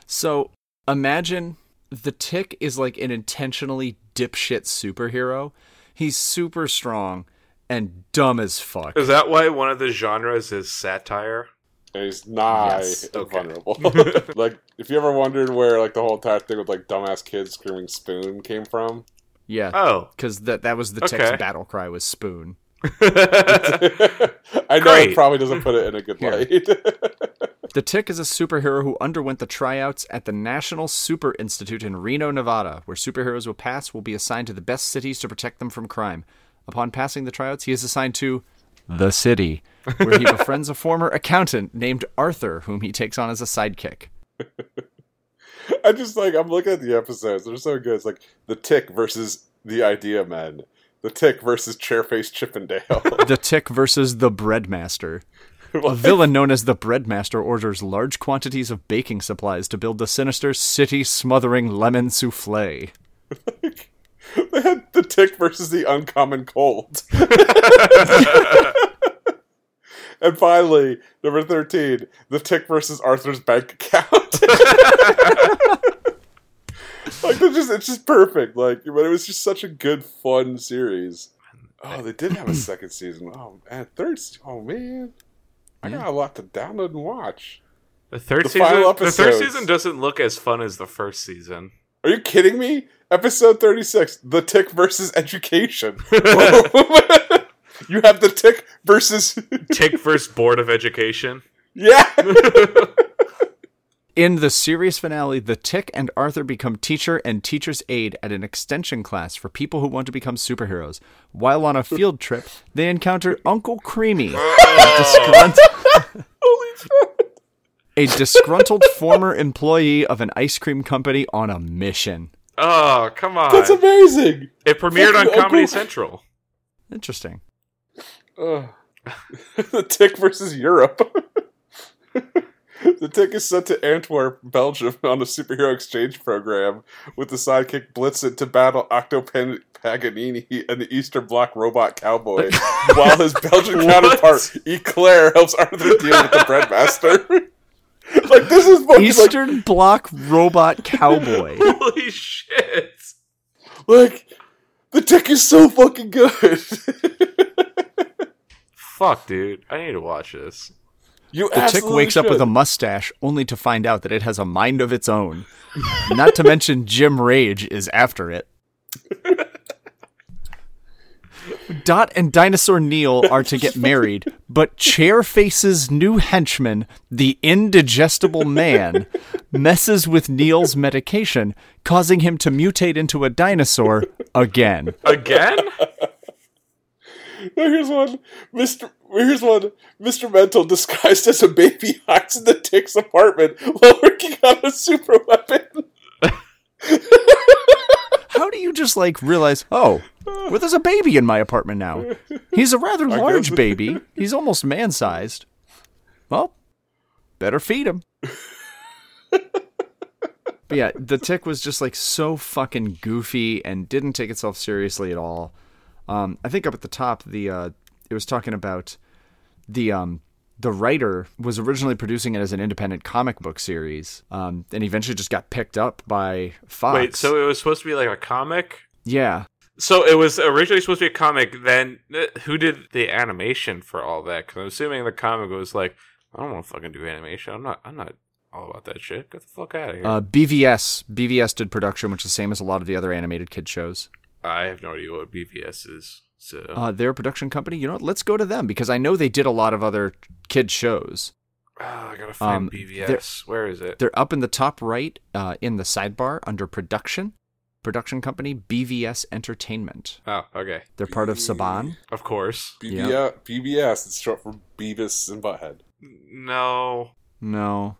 So imagine the tick is like an intentionally dipshit superhero. He's super strong and dumb as fuck.
Is that why one of the genres is satire?
And he's nigh
Yes,
okay.
vulnerable. like if you ever wondered where like the whole entire thing with like dumbass kids screaming spoon came from.
Yeah.
Oh.
Because that, that was the tick's
Okay.
battle cry was spoon.
I know it
Great.
probably doesn't put it in a good
Yeah.
light.
The Tick is a superhero who underwent the tryouts at the National Super Institute in Reno, Nevada, where superheroes will pass will be assigned to the best cities to protect them from crime. Upon passing the tryouts, he is assigned to the city, where he befriends a former accountant named Arthur, whom he takes on as a sidekick.
I just like I'm looking at the episodes. They're so good. It's like the Tick versus the Idea Men, the Tick versus Chairface Chippendale.
The Tick versus the Breadmaster. A villain known as the Breadmaster orders large quantities of baking supplies to build the sinister city smothering lemon souffle.
they had the Tick versus the Uncommon Cold. and finally, number thirteen, the Tick versus Arthur's bank account. like they're just it's just perfect. Like, but it was just such a good, fun series. Oh, they did have a second season. Oh, and third. se- Oh man, I got a lot to download and watch.
The third
The
season.
final
The third
episodes.
season doesn't look as fun as the first season.
Are you kidding me? Episode 36 The Tick versus Education. you have the tick versus.
Tick versus Board of Education.
yeah!
In the series finale, the Tick and Arthur become teacher and teacher's aide at an extension class for people who want to become superheroes. While on a field trip, they encounter Uncle Creamy, a, disgrunt- a disgruntled former employee of an ice cream company on a mission.
Oh come on!
That's amazing!
it premiered on
fucking
Comedy
Uncle-
Central.
Interesting.
Ugh. the tick versus Europe. the tick is sent to Antwerp, Belgium on a superhero exchange program with the sidekick Blitzen to battle Octopan Paganini and the Eastern Bloc robot cowboy, while his Belgian counterpart Eclair helps Arthur deal with the breadmaster. like this is fucking like,
Eastern Bloc Robot Cowboy.
Holy shit!
like the tick is so fucking good.
Fuck, dude. I need to watch this.
you
The Tick wakes up with a mustache only to find out that it has a mind of its own. Not to mention Jim Rage is after it. Dot and Dinosaur Neil are to get married, but Chairface's new henchman, the indigestible man, messes with Neil's medication, causing him to mutate into a dinosaur again.
Again?
Now here's one, Mister. Here's one, Mister Mental disguised as a baby hides in the Tick's apartment while working on a super weapon.
How do you just like realize, oh, well, there's a baby in my apartment now? He's a rather large
guess.
baby. He's almost man sized. Well, better feed him. but yeah, the tick was just like so fucking goofy and didn't take itself seriously at all. Um, I think up at the top, the uh, it was talking about the um the writer was originally producing it as an independent comic book series, um, and eventually just got picked up by Fox.
Wait, so it was supposed to be like a comic?
yeah,
So it was originally supposed to be a comic. Then uh, who did the animation for all that? Because I'm assuming the comic was like, I don't want to fucking do animation. I'm not. I'm not all about that shit. Get the fuck out of here.
Uh, BVS. BVS did production, which is the same as a lot of the other animated kid shows.
I have no idea what BVS is. So
Uh, their production company, you know what? Let's go to them because I know they did a lot of other kid shows.
Ah, I gotta find
um,
BVS. Where is it?
They're up in the top right uh, in the sidebar under production. Production company, BVS Entertainment.
Oh, okay.
They're part of Saban.
Of course.
BBS, BBS. It's short for Beavis and Butthead.
No.
No.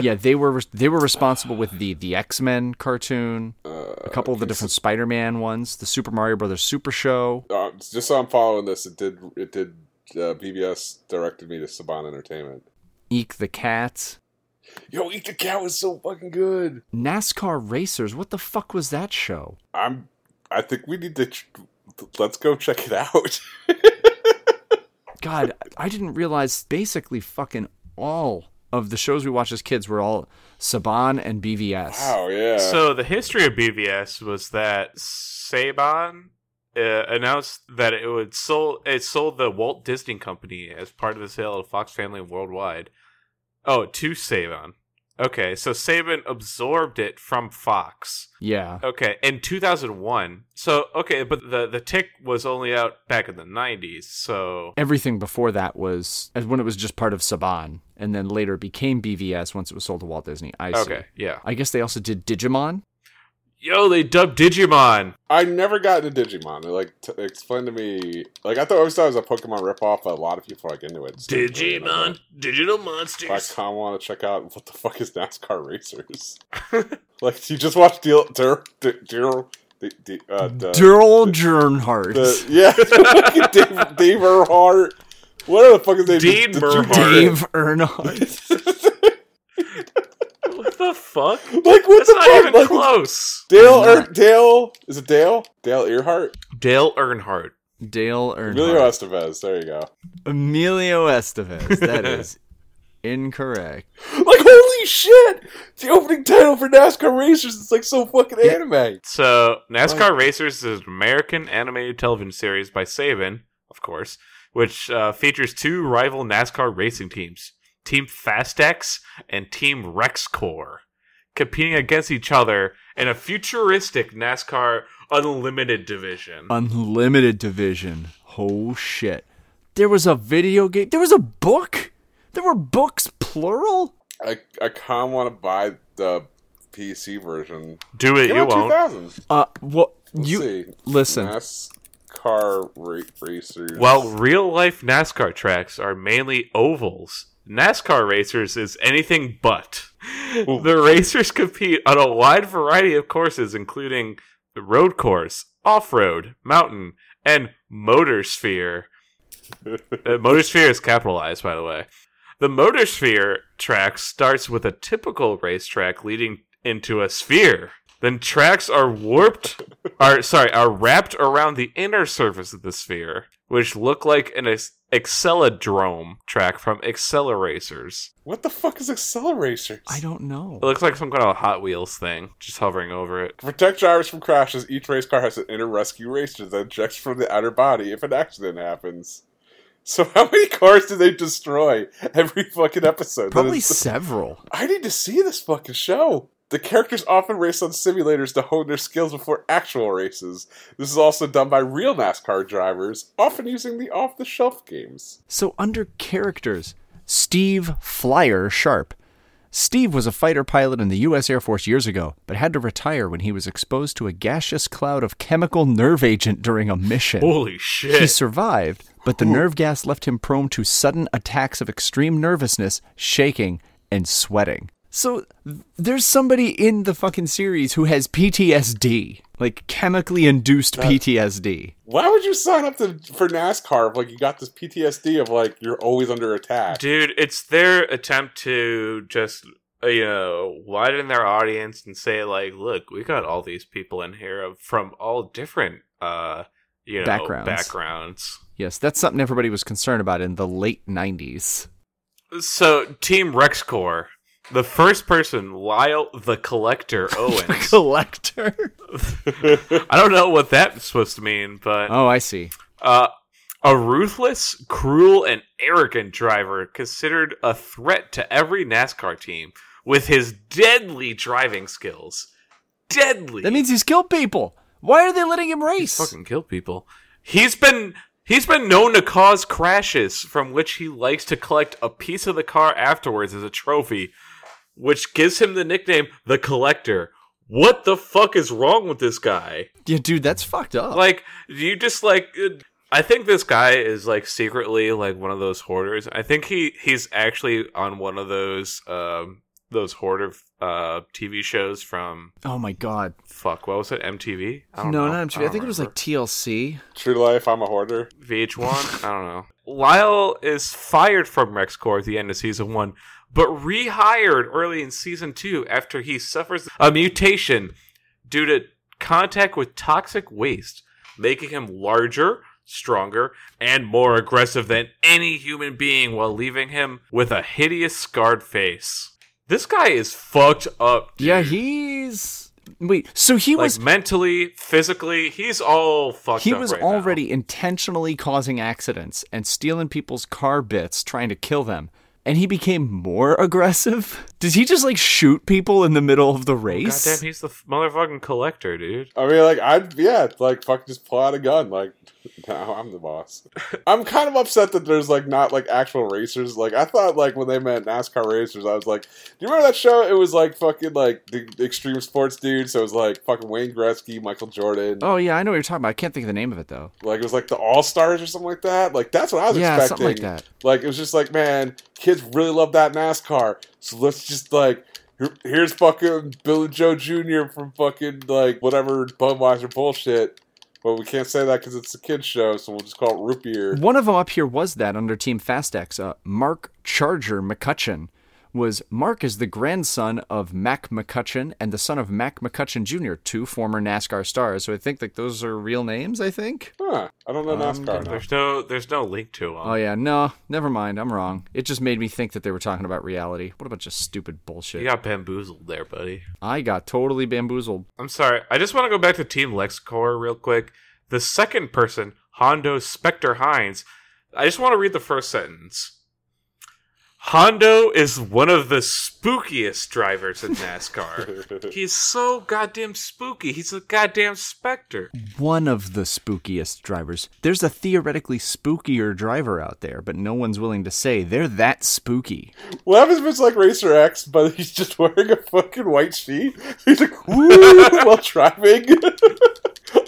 yeah, they were they were responsible with the the X Men cartoon,
Uh,
a couple of the different Spider Man ones, the Super Mario Brothers Super Show.
Uh, just so I'm following this, it did. It did. Uh, BBS directed me to Saban Entertainment.
Eek the Cat,
Yo, Eat the Cow is so fucking good.
NASCAR Racers. What the fuck was that show?
I'm. I think we need to. Ch- let's go check it out.
God, I didn't realize basically fucking all of the shows we watched as kids were all Saban and BVS.
wow.
Uh,
Yeah.
So the history of BVS was that Saban uh, announced that it would sold it sold the Walt Disney Company as part of the sale of Fox Family Worldwide. Oh, to Saban. Okay, so Saban absorbed it from Fox.
Yeah.
Okay, in 2001. So okay, but the the tick was only out back in the 90s. So
Everything before that was as when it was just part of Saban, and then later became BVS once it was sold to Walt Disney. I see.
okay, yeah.
I guess they also did Digimon.
Yo, they dubbed Digimon.
I never got into Digimon. Like, t- explain to me. Like, I thought always thought it was a Pokemon ripoff, but a lot of people are like into it. So,
Digimon, digital
Like, I
monsters.
kind of want to check out what the fuck is NASCAR Racers. like, you just watched Deal Dur Dur Dur the the uh, the,
Daryl Jernhardt.
the yeah fucking Dave Dave Earhart. What the fuck is they?
Dean Earnhardt.
Dave Earnhardt.
What the fuck?
Like, what
That's
the
not
fuck?
even
Like,
close.
Dale or Dale is it Dale? Dale Earhart.
Dale Earnhardt.
Dale Earnhardt.
Emilio Estevez. There you go.
Emilio Estevez. That is incorrect.
Like, holy shit! The opening title for NASCAR Racers is like so fucking anime.
So, NASCAR Racers is an American animated television series by Saban, of course, which uh, features two rival NASCAR racing teams, Team FastX and Team RexCor, competing against each other in a futuristic NASCAR Unlimited division.
Uh, Unlimited division. Oh shit. There was a video game. There was a book. There were books plural.
I I kind of want to buy the PC version.
Do it,
Came
you
out
won't.
2000.
Uh, what
Let's
you
see.
listen?
NASCAR ra- Racers.
While real life NASCAR tracks are mainly ovals, NASCAR racers is anything but. The racers compete on a wide variety of courses, including the road course, off road, mountain, and motorsphere. uh, motorsphere is capitalized, by the way. The motorsphere track starts with a typical racetrack leading into a sphere. Then tracks are warped, are sorry, are wrapped around the inner surface of the sphere, which look like an ex- accelerome track from Acceleracers.
what the fuck is Acceleracers?
I don't know.
It looks like some kind of Hot Wheels thing, just hovering over it.
Protect drivers from crashes. Each race car has an inner rescue racer that ejects from the outer body if an accident happens. So how many cars do they destroy every fucking episode? That
Probably
is-
several.
I need to see this fucking show. The characters often race on simulators to hone their skills before actual races. This is also done by real NASCAR drivers, often using the off the shelf games.
So under characters, Steve Flyer Sharp. Steve was a fighter pilot in the U.S. Air Force years ago, but had to retire when he was exposed to a gaseous cloud of chemical nerve agent during a mission.
Holy
He
shit!
survived, but the nerve gas left him prone to sudden attacks of extreme nervousness, shaking, and sweating. So th- there's somebody in the fucking series who has PTSD, like chemically induced PTSD.
Why would you sign up to, for NASCAR if like you got this PTSD of like you're always under attack?
Dude, it's their attempt to just uh, you know widen their audience and say like, look, we got all these people in here of- from all different uh you know
Backgrounds.
backgrounds.
Yes, that's something everybody was concerned about in the late 90s.
So, Team Rexcore, the first person, Lyle the Collector Owens.
Collector.
I don't know what that's supposed to mean, but
Oh, I see.
Uh, a ruthless, cruel, and arrogant driver considered a threat to every NASCAR team with his deadly driving skills. Deadly.
That means he's killed people. Why are they letting him race?
fucking kill people. He's been he's been known to cause crashes from which he likes to collect a piece of the car afterwards as a trophy, which gives him the nickname the Collector. What the fuck is wrong with this guy?
yeah, dude, that's fucked up.
Like you just like uh, I think this guy is like secretly like one of those hoarders. I think he he's actually on one of those um those hoarder uh TV shows from
Oh my god.
fuck what was it MTV? I
No,
don't know.
not MTV. I,
don't
think it was
remember.
like TLC.
True life, I'm a hoarder.
VH1. I don't know. Lyle is fired from RexCorp at the end of season one, but rehired early in season two after he suffers a mutation due to contact with toxic waste, making him larger, stronger, and more aggressive than any human being while leaving him with a hideous scarred face. This guy is fucked up. dude.
Yeah, he's wait. So he
like
was
mentally, physically, he's all fucked
he
up.
was
right now.
already intentionally causing accidents and stealing people's car bits, trying to kill them. And he became more aggressive. Did he just like shoot people in the middle of the race?
Goddamn, he's the f- motherfucking collector, dude.
I mean, like, I'd, yeah, like, fuck, just pull out a gun. Like, now I'm the boss. I'm kind of upset that there's, like, not, like, actual racers. Like, I thought, like, when they meant NASCAR racers, I was like, do you remember that show? It was, like, fucking, like, the the extreme sports dude. So it was, like, fucking Wayne Gretzky, Michael Jordan.
oh yeah, I know what you're talking about. I can't think of the name of it though.
Like, it was, like, the All Stars or something like that. Like, that's what I was
Yeah,
expecting.
something like that.
Like, it was just like, man, kids really love that NASCAR. So let's just, like, here- here's fucking Billy Joe Jr. from fucking, like, whatever Budweiser bullshit. But we can't say that because it's a kid's show, so we'll just call it Root Beer.
One of them up here was that under Team FastX, uh, Mark Charger McCutcheon. Was Mark is the grandson of Mac McCutcheon and the son of Mac McCutcheon Jr., two former NASCAR stars. So I think like those are real names, I think.
Huh. I don't know NASCAR now.
There's no there's no link to him.
Oh yeah, no, never mind. I'm wrong. It just made me think that they were talking about reality. What about just stupid bullshit?
You got bamboozled there, buddy.
I got totally bamboozled.
I'm sorry. I just want to go back to Team LexCorp real quick. The second person, Hondo Spectre Hines. I just want to read the first sentence. Hondo is one of the spookiest drivers in NASCAR. He's so goddamn spooky. He's a goddamn specter.
One of the spookiest drivers. There's a theoretically spookier driver out there, but no one's willing to say they're that spooky.
What happens if it's like Racer X, but he's just wearing a fucking white sheet? He's like, woo, while driving.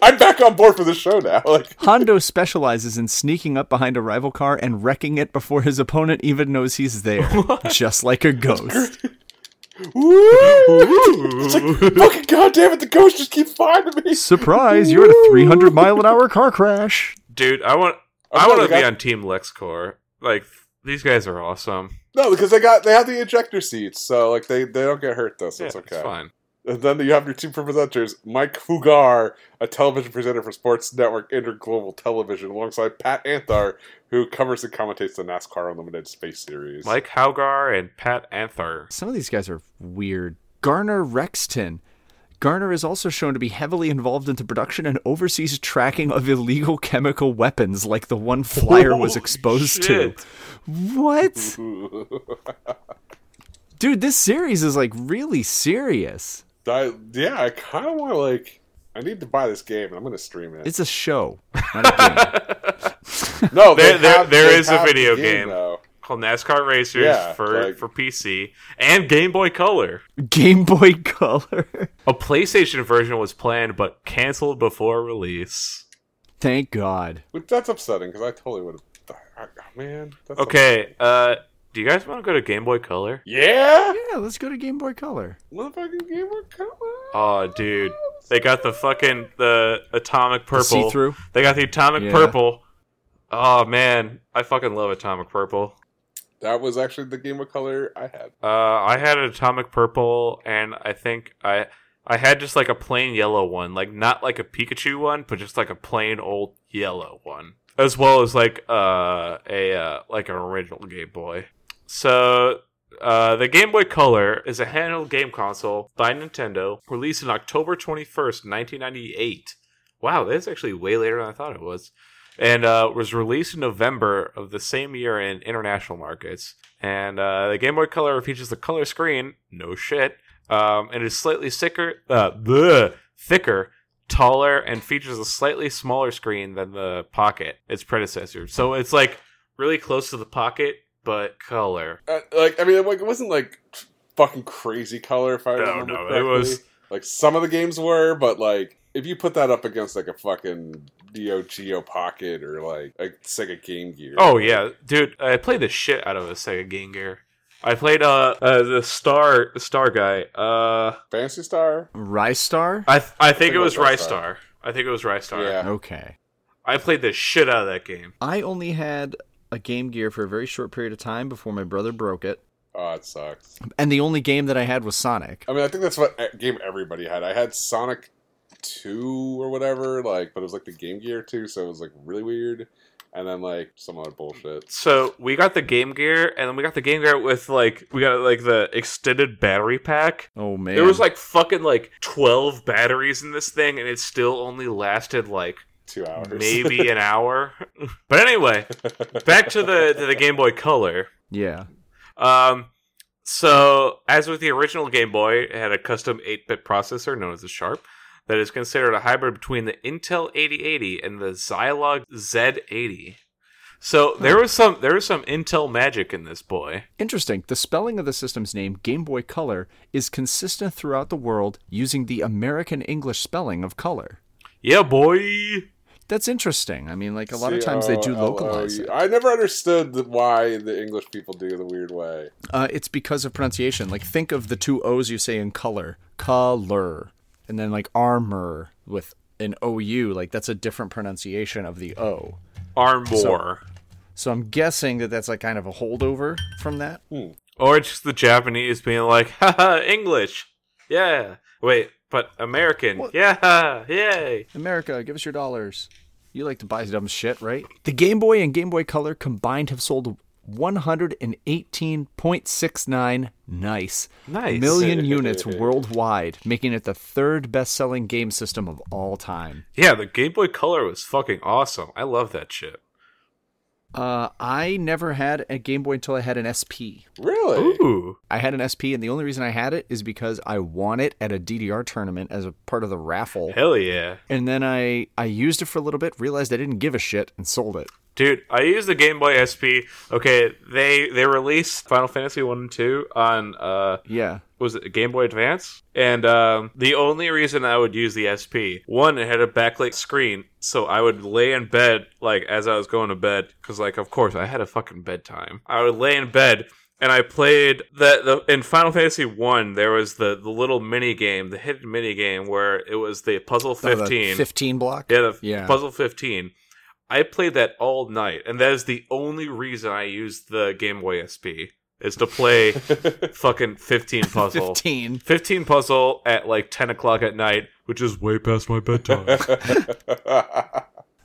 I'm back on board for the show now. Like,
Hondo specializes in sneaking up behind a rival car and wrecking it before his opponent even knows he's there, just like a ghost.
woo! It's like, fucking goddamn it, the ghost just keeps finding me.
Surprise, you're at a 300 mile an hour car crash.
Dude, I want
I'm
I
not
want to
Oh, the guy-
be on Team LexCorp. Like these guys are awesome.
No, because they got they have the ejector seats, so like they they don't get hurt though, so
Yeah,
it's okay.
It's fine.
And then you have your two presenters, Mike Cougar, a television presenter for Sports Network Interglobal Television, alongside Pat Anthar, who covers and commentates the NASCAR Unlimited Space Series.
Mike Haugar and Pat Anthar.
Some of these guys are weird. Garner Rexton. Garner is also shown to be heavily involved in the production and overseas tracking of illegal chemical weapons, like the one Flyer was
Holy
exposed
shit.
to. What? Dude, this series is like really serious.
I, yeah, I kind of want to like. I need to buy this game, and I'm going to stream it.
It's a show, not a game.
no, they
There- there-
have-
there
they
is a
have
video
the
game.
though.
called NASCAR Racers
Yeah,
for,
like-
for PC and Game Boy Color.
Game Boy Color.
A PlayStation version was planned but canceled before release.
Thank God.
Which- That's upsetting because I totally would have. Man, that's
Okay, uh, do you guys want to go to Game Boy Color?
Yeah,
Yeah, let's go to Game Boy Color.
motherfucking game Boy Color.
Oh, dude, they got the fucking the atomic purple.
see-through?
They got the atomic
Yeah.
purple. Oh man, I fucking love atomic purple.
That was actually the game of color I had.
Uh, I had an atomic purple, and I think I I had just like a plain yellow one, like not like a Pikachu one, but just like a plain old yellow one, as well as like uh, a uh, like an original Game Boy. So. Uh, the Game Boy Color is a handheld game console by Nintendo, released on October 21st, 1998. Wow, that's actually way later than I thought it was. And uh, was released in November of the same year in international markets. And uh, the Game Boy Color features the color screen, no shit, um, and is slightly thicker, uh, bleh, thicker, taller, and features a slightly smaller screen than the Pocket, its predecessor. So it's like really close to the Pocket, but color.
Uh, like, I mean, like, it wasn't like fucking crazy color. If I
No,
remember
no, it
correctly.
was-
like some of the games were, but like if you put that up against like a fucking Neo Geo Pocket or like a Sega Game Gear.
Oh yeah, dude, I played the shit out of a Sega Game Gear. I played uh, uh the Star the Star guy. Uh,
Fancy Star.
Rystar?
I th- I think it was Rystar. I think it was Rystar.
Yeah.
Okay.
I played the shit out of that game.
I only had a Game Gear for a very short period of time before my brother broke it.
Oh, it sucks.
And the only game that I had was Sonic.
Oh,
I mean, I think that's what e- game everybody had. I had Sonic Two or whatever, like, but it was like the Game Gear Two, so it was like really weird. And then like some other bullshit.
So we got the Game Gear, and then we got the Game Gear with like we got like the extended battery pack.
Oh man.
There was like fucking like twelve batteries in this thing, and it still only lasted like
Two hours.
maybe an hour. But anyway, back to the to the Game Boy Color.
Yeah.
Um, so as with the original Game Boy, it had a custom 8-bit processor known as the Sharp that is considered a hybrid between the Intel 8080 and the Zilog Z80. So there was some there was some Intel magic in this boy.
Interesting. The spelling of the system's name, Game Boy Color, is consistent throughout the world using the American English spelling of color.
Yeah, boy.
That's interesting. I mean, like a lot of times they do
oh,
localize it.
C-O-L-O-U. I never understood the, why the English people do the weird way.
Uh, it's because of pronunciation. Like think of the two O's you say in color, color, and then like armor with an OU. Like that's a different pronunciation of the O.
Armor.
So I'm guessing that that's like kind of a holdover from that.
Or it's just the Japanese being like, haha, English. Yeah. Wait, but American. Yeah. Yay.
America, give us your dollars. You like to buy dumb shit, right? The Game Boy and Game Boy Color combined have sold 118.69 nice,
Nice. Uh,
million units worldwide, making it the third best-selling game system of all time.
Yeah, the Game Boy Color was fucking awesome. I love that shit.
Uh, I never had a Game Boy until I had an SP.
Really?
Ooh.
I had an SP, and the only reason I had it is because I won it at a DDR tournament as a part of the raffle.
Hell yeah.
And then I, I used it for a little bit, realized I didn't give a shit, and sold it.
Dude, I used the Game Boy SP. Okay, they they released Final Fantasy 1 and 2 on uh
Yeah.
was it Game Boy Advance? And um, the only reason I would use the SP, one, it had a backlit screen, so I would lay in bed like as I was going to bed, because like of course I had a fucking bedtime. I would lay in bed and I played that the in Final Fantasy One there was the the little mini game, the hidden mini game where it was the puzzle
Oh, the
fifteen.
15 block?
Yeah, the
Yeah.
Puzzle 15. I played that all night, and that is the only reason I used the Game Boy SP is to play fucking 15 puzzle.
15.
15 puzzle at like 10 o'clock at night, which is way past my bedtime.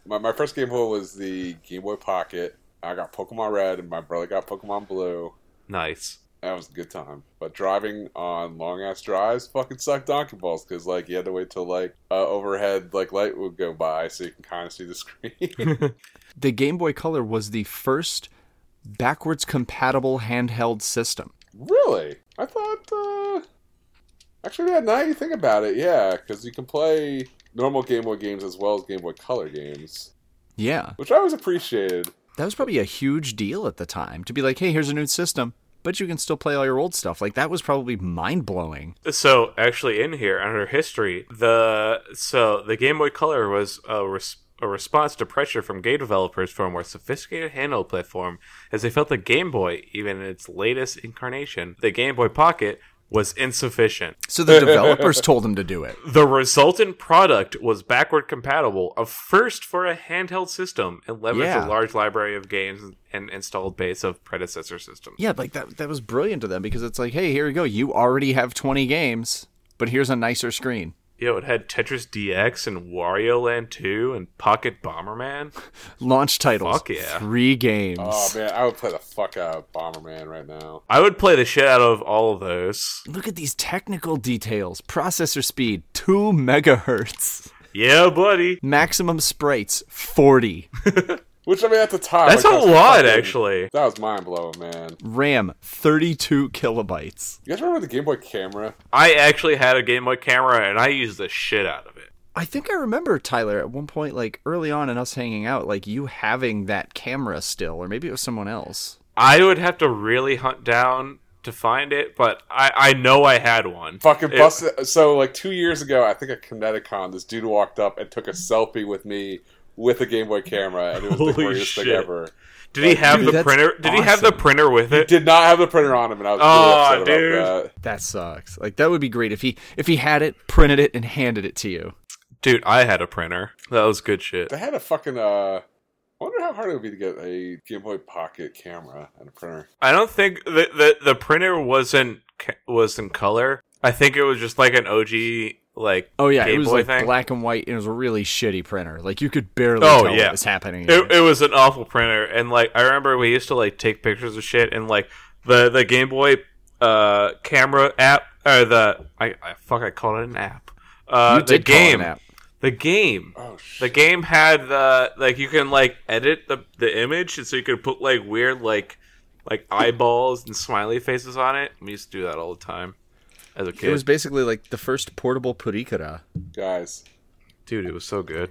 my, my first Game Boy was the Game Boy Pocket. I got Pokemon Red, and my brother got Pokemon Blue.
nice.
That was a good time. But driving on long ass drives fucking sucked donkey balls because like you had to wait till like uh, overhead like light would go by so you can kind of see the screen.
The Game Boy Color was the first backwards compatible handheld system.
really? I thought. uh Actually, yeah. Now you think about it, yeah, because you can play normal Game Boy games as well as Game Boy Color games,
Yeah.
which I always appreciated.
That was probably a huge deal at the time to be like, hey, here's a new system, but you can still play all your old stuff. Like, that was probably mind blowing.
So, actually, in here, under history, the so the Game Boy Color was a, res- a response to pressure from game developers for a more sophisticated handheld platform, as they felt the Game Boy, even in its latest incarnation, the Game Boy Pocket, was insufficient.
So the developers told him to do it.
The resultant product was backward compatible, a first for a handheld system, and leveraged
Yeah.
a large library of games and installed base of predecessor systems.
Yeah, like that that was brilliant to them because it's like, hey, here you go. You already have 20 games, but here's a nicer screen.
Yo, it had Tetris DX and Wario Land 2 and Pocket Bomberman.
Launch titles.
Fuck yeah.
Three games.
Oh man, I would play the fuck out of Bomberman right now.
I would play the shit out of all of those.
Look at these technical details. Processor speed, 2 megahertz.
Yeah, buddy.
Maximum sprites, 40.
Which I mean, at the time,
That's
like,
a
that was
lot,
fucking-
actually.
That was mind blowing, man.
RAM, 32 kilobytes.
You guys remember the Game Boy camera?
I actually had a Game Boy camera and I used the shit out of it.
I think I remember Tyler at one point, like early on in us hanging out, like you having that camera still, or maybe it was someone else.
I would have to really hunt down to find it, but I, I know I had one.
Fucking
It-
busted. So like two years ago, I think at Kineticon, this dude walked up and took a selfie with me with a Game Boy camera, and it was
Holy
the greatest thing
shit.
ever.
Did he have
Dude,
the
that's
printer? Did he have the
awesome.
printer with it?
Did not have the printer on him, and I was
Aw,
really upset
dude.
about that.
That sucks. Like that would be great if he if he had it, printed it, and handed it to you.
Dude, I had a printer. That was good shit.
They had a fucking. Uh, I wonder how hard it would be to get a Game Boy Pocket camera and a printer.
I don't think the the, the printer wasn't ca- was in color. I think it was just like an OG like
Oh yeah,
Game
it was
Boy
like
thing.
black and white, and it was a really shitty printer. Like you could barely
Oh,
tell
yeah.
what was happening. in
It, it was an awful printer, and like I remember we used to like take pictures of shit, and like the the Game Boy uh camera app or the I, I fuck I called it an app. Uh,
You
the
did call it an
game,
app.
the game,
Oh
the
shit!
game had the like you can like edit the the image, and so you could put like weird like like eyeballs and smiley faces on it. We used to do that all the time as a kid.
It was basically like the first portable Purikara.
Guys,
Dude, it was so good.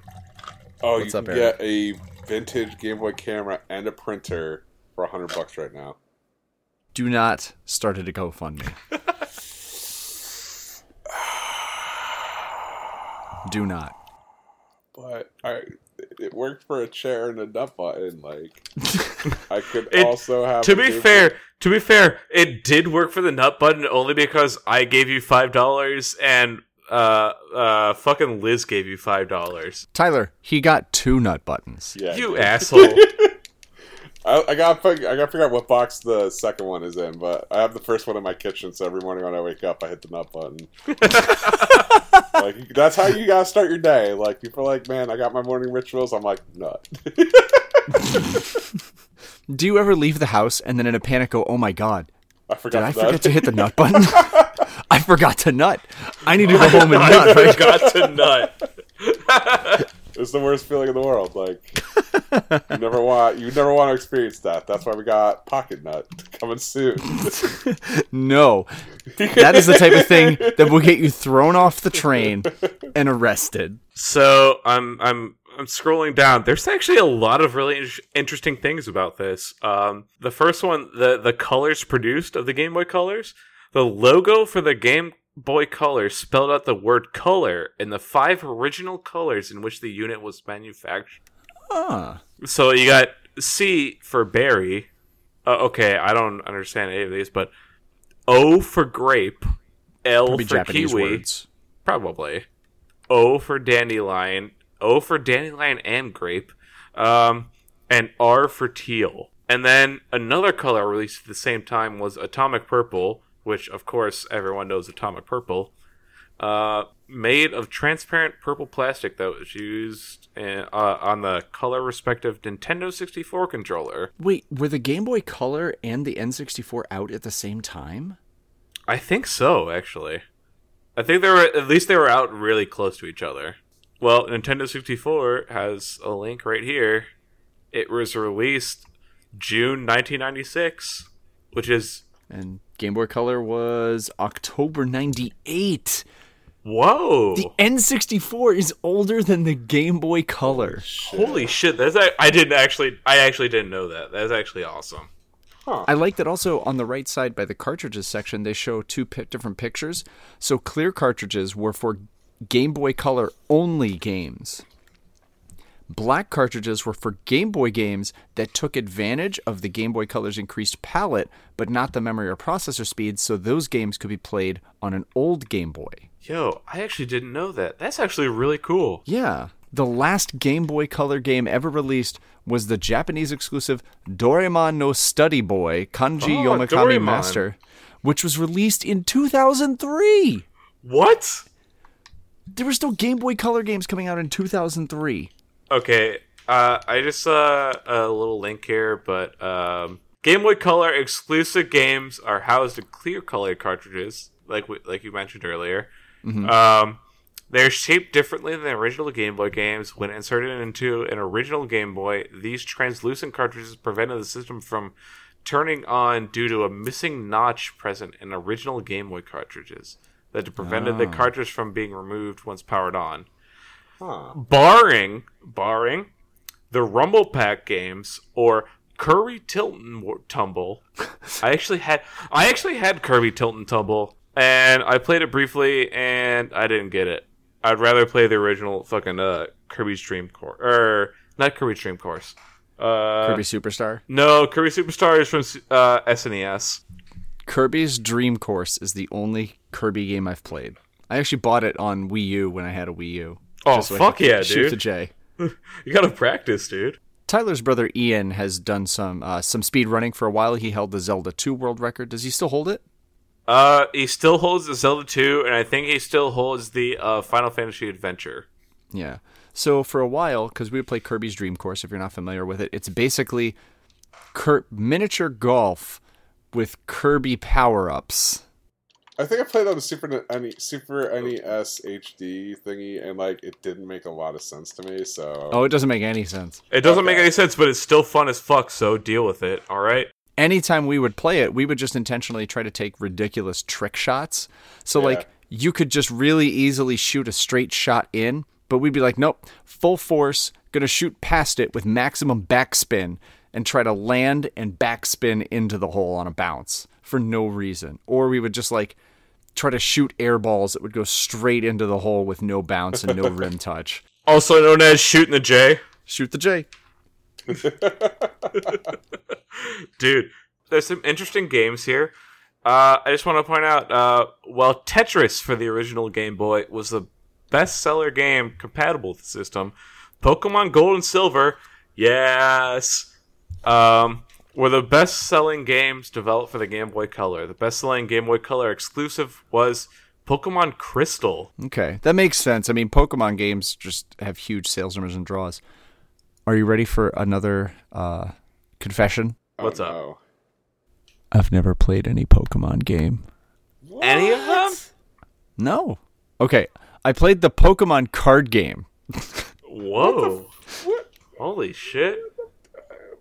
oh,
What's
you
up,
can
Eric?
get a vintage Game Boy camera and a printer for hundred bucks right now.
Do not start at a GoFundMe. Do not.
But I, it worked for a chair and a nut button. Like I could
It-
also have.
to
a
be
Game Boy-
fair, to be fair, it did work for the nut button only because I gave you five dollars and uh uh fucking Liz gave you five dollars.
Tyler, he got two nut buttons.
yeah,
You
dude.
asshole.
I, I got I gotta figure out what box the second one is in, but I have the first one in my kitchen, so every morning when I wake up, I hit the nut button. like that's how you gotta start your day. Like people are like, man, I got my morning rituals. I'm like, nut.
Do you ever leave the house and then in a panic go, "Oh my god,
I
did
forgot.
I
that.
forget to hit the nut button? I forgot to nut. I need to go home and
I
nut." Right?
forgot to nut.
It's the worst feeling in the world. Like you never want you never want to experience that. That's why we got pocket nut coming soon.
No, that is the type of thing that will get you thrown off the train and arrested.
So I'm I'm I'm scrolling down. There's actually a lot of really in- interesting things about this. Um, the first one, the the colors produced of the Game Boy Colors, the logo for the Game Boy Color spelled out the word color and the five original colors in which the unit was manufactured.
Ah,
So you got C for berry. Uh, okay, I don't understand any of these, but O for grape, L
probably
for
Japanese
kiwi.
words.
Probably. O for dandelion. O for dandelion and grape. Um, and R for teal. And then another color released at the same time was Atomic Purple, which, of course, everyone knows Atomic Purple. Uh, made of transparent purple plastic that was used in, uh, on the color respective Nintendo 64 controller.
Wait, were the Game Boy Color and the N64 out at the same time?
I think so, actually. I think they were at least they were out really close to each other. Well, Nintendo 64 has a link right here. It was released June 1996, which is
And Game Boy Color was October 98.
whoa.
The N64 is older than the Game Boy Color.
Holy shit, that's a- I didn't actually I actually didn't know that. That's actually awesome.
I like that also on the right side by the cartridges section, they show two pi different pictures. So clear cartridges were for Game Boy Color only games. Black cartridges were for Game Boy games that took advantage of the Game Boy Color's increased palette, but not the memory or processor speed, so those games could be played on an old Game Boy.
Yo, I actually didn't know that. That's actually really cool.
Yeah. The last Game Boy Color game ever released was the Japanese exclusive Doraemon no Study Boy Kanji
Oh,
Yomikami
Doraemon.
Master, which was released in 2003.
What?
There were still Game Boy Color games coming out in 2003.
Okay, uh, I just saw a little link here, but um, Game Boy Color exclusive games are housed in clear color cartridges, like we, like you mentioned earlier. Um, they're shaped differently than the original Game Boy games. When inserted into an original Game Boy, these translucent cartridges prevented the system from turning on due to a missing notch present in original Game Boy cartridges that prevented the cartridge from being removed once powered on barring barring the Rumble Pack games or Curry Tilton Wa- Tumble. I actually had I actually had Kirby Tilton Tumble and I played it briefly and I didn't get it. I'd rather play the original fucking uh, Kirby's Dream Course, or not Kirby's Dream Course. Uh,
Kirby Superstar.
No, Kirby Superstar is from uh, SNES.
Kirby's Dream Course is the only Kirby game I've played. I actually bought it on Wii U when I had a Wii U.
Oh,
just so I
fuck
could
yeah,
shoot
dude.
the J.
You gotta practice, dude.
Tyler's brother Ian has done some uh, some speed running for a while. He held the Zelda 2 world record. Does he still hold it?
Uh, he still holds the Zelda 2, and I think he still holds the uh, Final Fantasy Adventure.
Yeah. So for a while, because we would play Kirby's Dream Course, if you're not familiar with it, it's basically Kir- miniature golf with Kirby power ups.
I think I played on the Super N- E Super NES HD thingy, and like it didn't make a lot of sense to me. So
Oh, it doesn't make any sense.
It doesn't make any sense, but it's still fun as fuck, so deal with it, alright?
Anytime we would play it, we would just intentionally try to take ridiculous trick shots. So, like, you could just really easily shoot a straight shot in, but we'd be like, nope, full force, gonna shoot past it with maximum backspin and try to land and backspin into the hole on a bounce for no reason. Or we would just like try to shoot air balls that would go straight into the hole with no bounce and no rim touch.
Also known as Shooting the J.
Shoot the J.
Dude, there's some interesting games here. Uh, I just want to point out, uh, while Tetris for the original Game Boy was the bestseller game compatible with the system, Pokemon Gold and Silver, yes, um, were the best-selling games developed for the Game Boy Color. The best-selling Game Boy Color exclusive was Pokemon Crystal.
Okay, that makes sense. I mean, Pokemon games just have huge sales numbers and draws. Are you ready for another uh, confession?
What's up?
no.
I've never played any Pokemon game.
Any of them?
No. Okay, I played the Pokemon card game.
Whoa! Holy shit!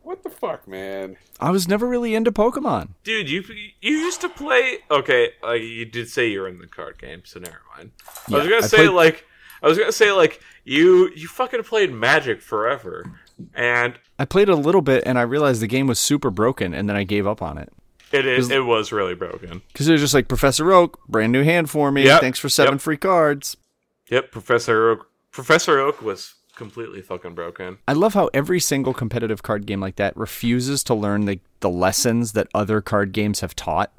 What the fuck, man?
I was never really into Pokemon.
Dude, you you used to play. Okay, uh, you did say you were in the card game, so never mind. I was
Yeah,
gonna
I
say
played-
like, I was gonna say like, you you fucking played Magic forever, and
I played a little bit and I realized the game was super broken and then I gave up on it.
it is it was really broken.
Because it was just like, Professor Oak, brand new hand for me.
Yep,
Thanks for seven
yep.
free cards.
Yep, Professor Oak. Professor Oak was completely fucking broken.
I love how every single competitive card game like that refuses to learn the, the lessons that other card games have taught.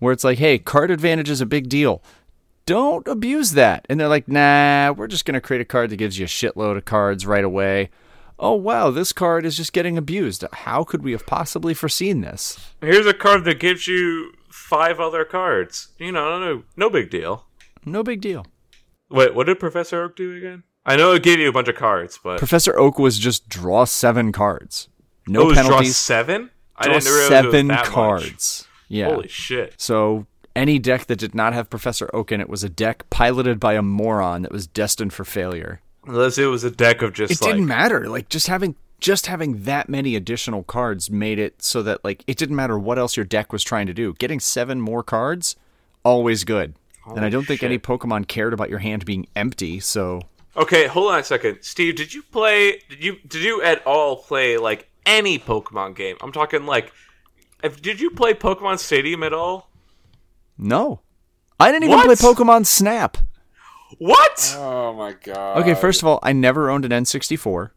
Where it's like, hey, card advantage is a big deal. Don't abuse that. And they're like, nah, we're just going to create a card that gives you a shitload of cards right away. Oh, wow, this card is just getting abused. How could we have possibly foreseen this?
Here's a card that gives you five other cards. You know, no, no big deal.
No big deal.
Wait, what did Professor Oak do again? I know it gave you a bunch of cards, but
Professor Oak was just draw seven cards. No
it was
penalties.
draw seven. I
draw
didn't realize it was
seven
that much.
cards. Yeah.
Holy shit!
So any deck that did not have Professor Oak in it was a deck piloted by a moron that was destined for failure.
Unless it was a deck of just
It
like
didn't matter. Like just having just having that many additional cards made it so that like it didn't matter what else your deck was trying to do. Getting seven more cards, always good. and I don't think any Pokemon cared about your hand being empty, so
okay, hold on a second, Steve. Did you play? Did you did you at all play like any Pokemon game? I'm talking like, if, did you play Pokemon Stadium at all?
no. I didn't even
What?
play Pokemon Snap.
What?
Oh my god.
Okay, first of all, I never owned an N64.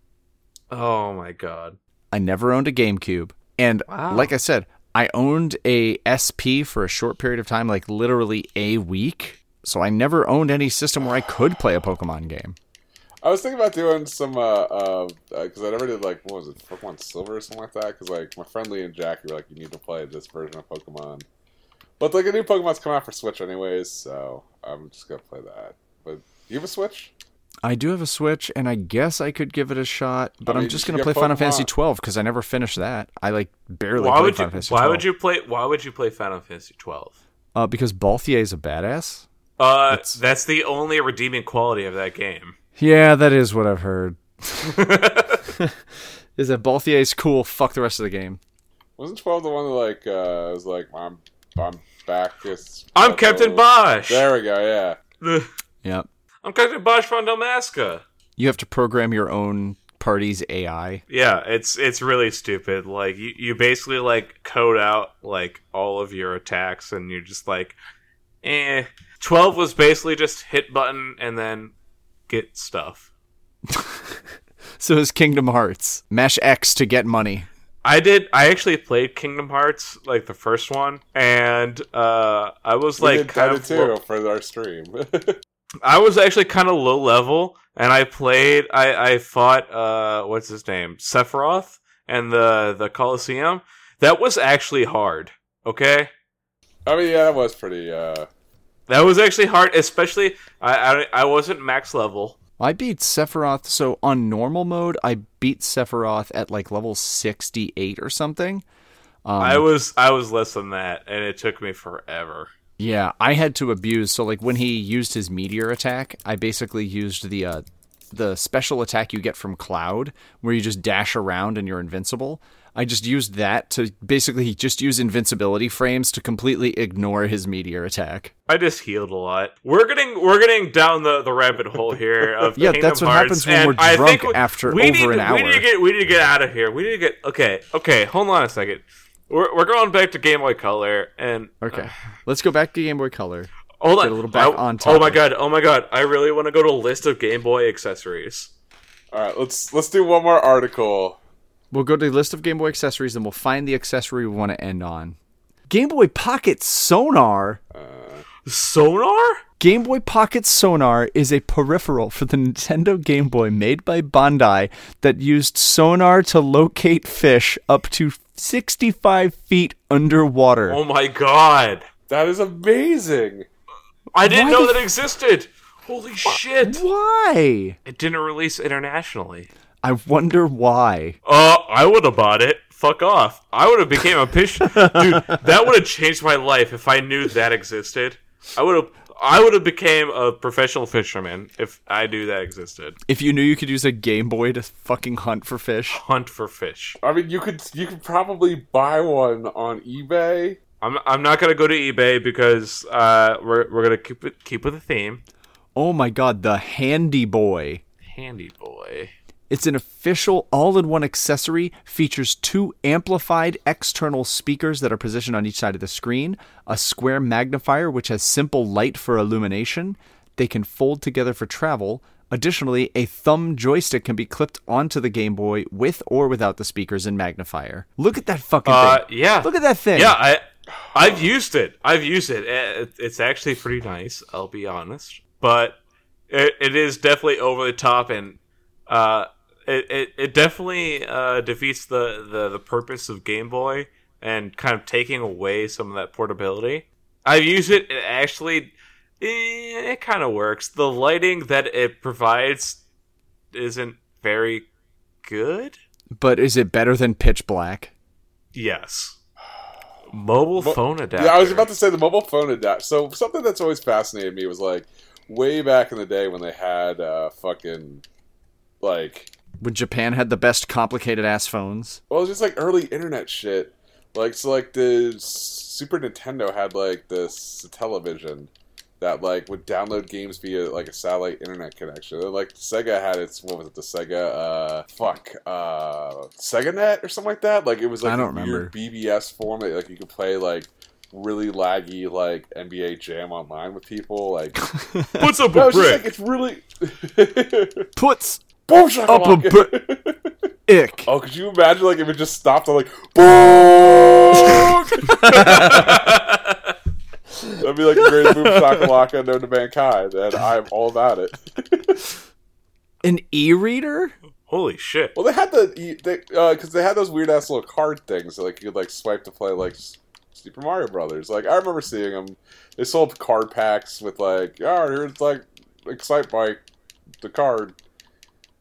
Oh my god!
I never owned a GameCube. And like I said, I owned a SP for a short period of time, like literally a week. So I never owned any system where I could play a Pokemon game.
I was thinking about doing some uh because I never did like what was it Pokemon Silver or something like that because like my friend Lee and Jack were like you need to play this version of Pokemon, but like a new Pokemon's come out for Switch anyways, so I'm just gonna play that. But you have a Switch?
I do have a Switch, and I guess I could give it a shot, but I
I mean,
am just
you
gonna
got
play Final
Pokemon.
Fantasy twelve because I never finished that. I like barely
Why
played
would you?
Final Fantasy
Why
twelve.
would you play? Why would you play Final Fantasy twelve?
Uh, because Balthier is a badass.
Uh, that's the only redeeming quality of that game.
Yeah, that is what I've heard. is that Balthier's cool? Fuck the rest of the game.
Wasn't twelve the one that like uh was like I'm I'm back. It's,
I'm Captain Bosch.
There we go. Yeah.
Yeah,
I'm Captain Bosch from Damaska.
you have to program your own party's AI.
Yeah, it's it's really stupid. Like you, you basically like code out like all of your attacks and you're just like eh. Twelve was basically just hit button and then get stuff.
So is Kingdom Hearts. Mash X to get money.
I did. I actually played Kingdom Hearts, like the first one, and uh, I was
We
like
did
kind
that
of
too
low-
for our stream.
I was actually kind of low level, and I played. I I fought. Uh, what's his name? Sephiroth and the the Colosseum. That was actually hard. Okay,
I mean, yeah, that was pretty. Uh,
that was actually hard. Especially, I I, I wasn't max level.
I beat Sephiroth. So on normal mode, I beat Sephiroth at like level 68 or something. Um,
I was I was less than that, and it took me forever.
Yeah, I had to abuse. So like when he used his meteor attack, I basically used the uh, the special attack you get from Cloud, where you just dash around and you're invincible. I just used that to basically just use invincibility frames to completely ignore his meteor attack.
I just healed a lot. We're getting we're getting down the, the rabbit hole here of
Yeah,
Kingdom
that's what
Hearts,
happens when
and
we're
I
drunk
think we-
after
we
over
need,
an
We need to
hour.
get we need to get out of here. We need to get okay okay. Hold on a second. We're we're going back to Game Boy Color and uh,
Okay, let's go back to Game Boy Color.
hold on.
Get a little back
I-
on
Oh my
topic.
god! Oh my god! I really want to go to a list of Game Boy accessories.
all right, let's let's do one more article.
We'll go to the list of Game Boy accessories and we'll find the accessory we want to end on. Game Boy Pocket Sonar.
Sonar?
Game Boy Pocket Sonar is a peripheral for the Nintendo Game Boy made by Bandai that used sonar to locate fish up to 65 feet underwater.
Oh my god!
That is amazing.
I didn't
Why
know
the
that existed. Holy shit!
Why?
It didn't release internationally.
I wonder why.
Uh, I would have bought it. Fuck off. I would have became a pitch, dude. That would have changed my life if I knew that existed. I would have. I would have became a professional fisherman if I knew that existed.
If you knew you could use a Game Boy to fucking hunt for fish.
Hunt for fish.
I mean, you could you could probably buy one on eBay.
I'm. I'm not gonna go to eBay because uh, we're we're gonna keep it keep with the theme.
Oh my god, the Handy Boy.
Handy boy.
It's an official all in one accessory, features two amplified external speakers that are positioned on each side of the screen, a square magnifier which has simple light for illumination. They can fold together for travel. Additionally, a thumb joystick can be clipped onto the Game Boy with or without the speakers and magnifier. Look at that fucking
Uh,
thing.
yeah.
Look at that thing.
Yeah, I. I've used it. I've used it. Eh, it- It's actually pretty nice. I'll be honest, but it, it is definitely over the top, and uh, it, it it definitely uh, defeats the, the the purpose of Game Boy and kind of taking away some of that portability. I've used it. It actually, eh, it kind of works. The lighting that it provides isn't very good.
But is it better than pitch black?
Yes. Mobile
Mo-
phone adapter.
Yeah, I was about to say the mobile phone adapt. So something that's always fascinated me was like way back in the day when they had uh, fucking like
When Japan had the best complicated ass phones.
well, it was just like early internet shit. Like so, like the Super Nintendo had like this television that like would download games via like a satellite internet connection. And, Like Sega had its what was it the Sega uh fuck uh SegaNet or something like that. Like it was like
I don't
a weird
remember.
BBS form that like you could play like really laggy like NBA Jam online with people. Like
Puts up
no,
a
it's just
brick.
like it's really
Puts
boom
up a
shakalaka.
brick. Ick.
Oh, could you imagine like if it just stopped on like boom? That'd be like the greatest boom shakalaka known to mankind, and I'm all about it.
An e reader?
Holy shit.
Well, they had the because they, uh 'cause they had those weird ass little card things that like you could like swipe to play like S- Super Mario Brothers. Like I remember seeing them. They sold card packs with like, oh, here's like Excite Bike, the card.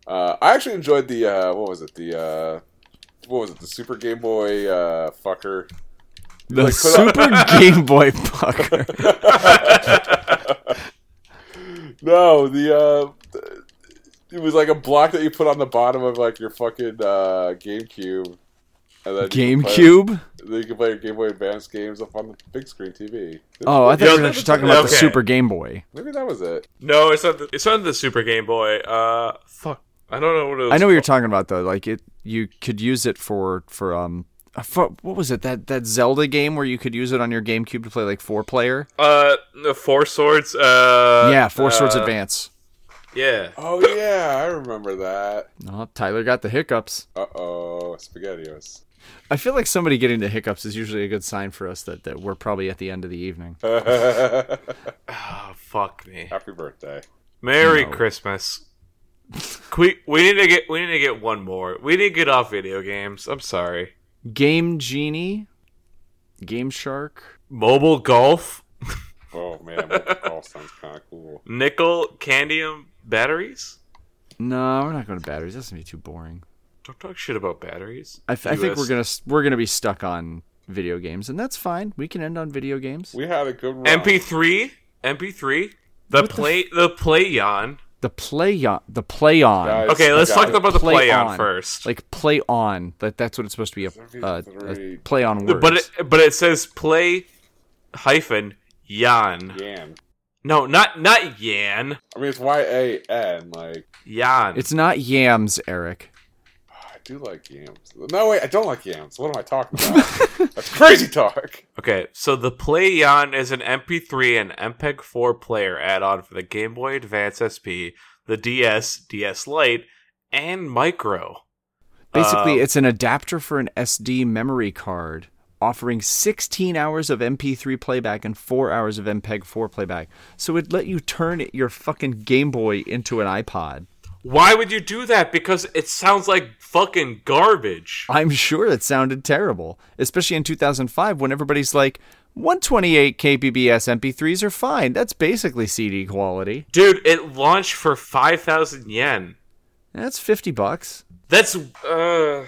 Uh, I actually enjoyed the uh, what was it the uh, what was it the Super Game Boy uh, fucker.
The
Like, put up-
Super Game Boy Pucker.
No, the uh, th- it was like a block that you put on the bottom of like your fucking uh, GameCube. And then you could play-
GameCube?
Then you can play your Game Boy Advance games up on the big screen TV.
Oh, I thought
Yo,
we were
that-
actually talking about the
okay.
Super Game Boy.
Maybe that was it.
No, it's not. The, it's not the Super Game Boy. Uh, fuck. I don't know what it was.
I know what you're talking about though. Like it, you could use it for for um, for, what was it that that Zelda game where you could use it on your GameCube to play like four player?
Uh, the Four Swords. Uh,
yeah, Four Swords
uh,
Advance.
Yeah.
Oh yeah, I remember that.
Oh, Tyler got the hiccups.
Uh oh, SpaghettiOs.
I feel like somebody getting the hiccups is usually a good sign for us that, that we're probably at the end of the evening.
Oh, fuck me.
Happy birthday.
Merry
No.
Christmas. we we need to get we need to get one more. We need to get off video games. I'm sorry.
Game Genie, Game Shark,
Mobile golf,
Oh man, that call sounds kind of cool.
nickel candium batteries.
No, we're not going to batteries. That's gonna be too boring.
Don't talk shit about batteries.
I, f- I think
US.
we're gonna s- we're gonna be stuck on video games, and that's fine. We can end on video games.
We had a good run.
MP3, MP3, the play the playon.
The play on the play on.
Guys,
Okay, let's
guys,
talk about the
Play
playon
on.
first.
Like play on. That that's what it's supposed to be. A, uh, a
73.
play on words.
but it, but it says play hyphen yan.
Yan.
No, not not yan.
I mean, it's Y A N. Like,
Yan.
it's not yams, Eric.
I do like yams. No, wait, I don't like yams. What am I talking about? That's crazy talk.
Okay, so the PlayOn is an MP3 and MPEG 4 player add-on for the Game Boy Advance SP, the DS, DS Lite, and Micro.
Basically,
Um,
it's an adapter for an SD memory card, offering 16 hours of MP3 playback and four hours of MPEG 4 playback. So it let you turn your fucking Game Boy into an iPod.
Why would you do that? Because it sounds like fucking garbage.
I'm sure it sounded terrible, especially in 2005 when everybody's like, 128 kbps MP3s are fine. That's basically CD quality.
Dude, it launched for 5,000 yen.
That's 50 bucks.
That's uh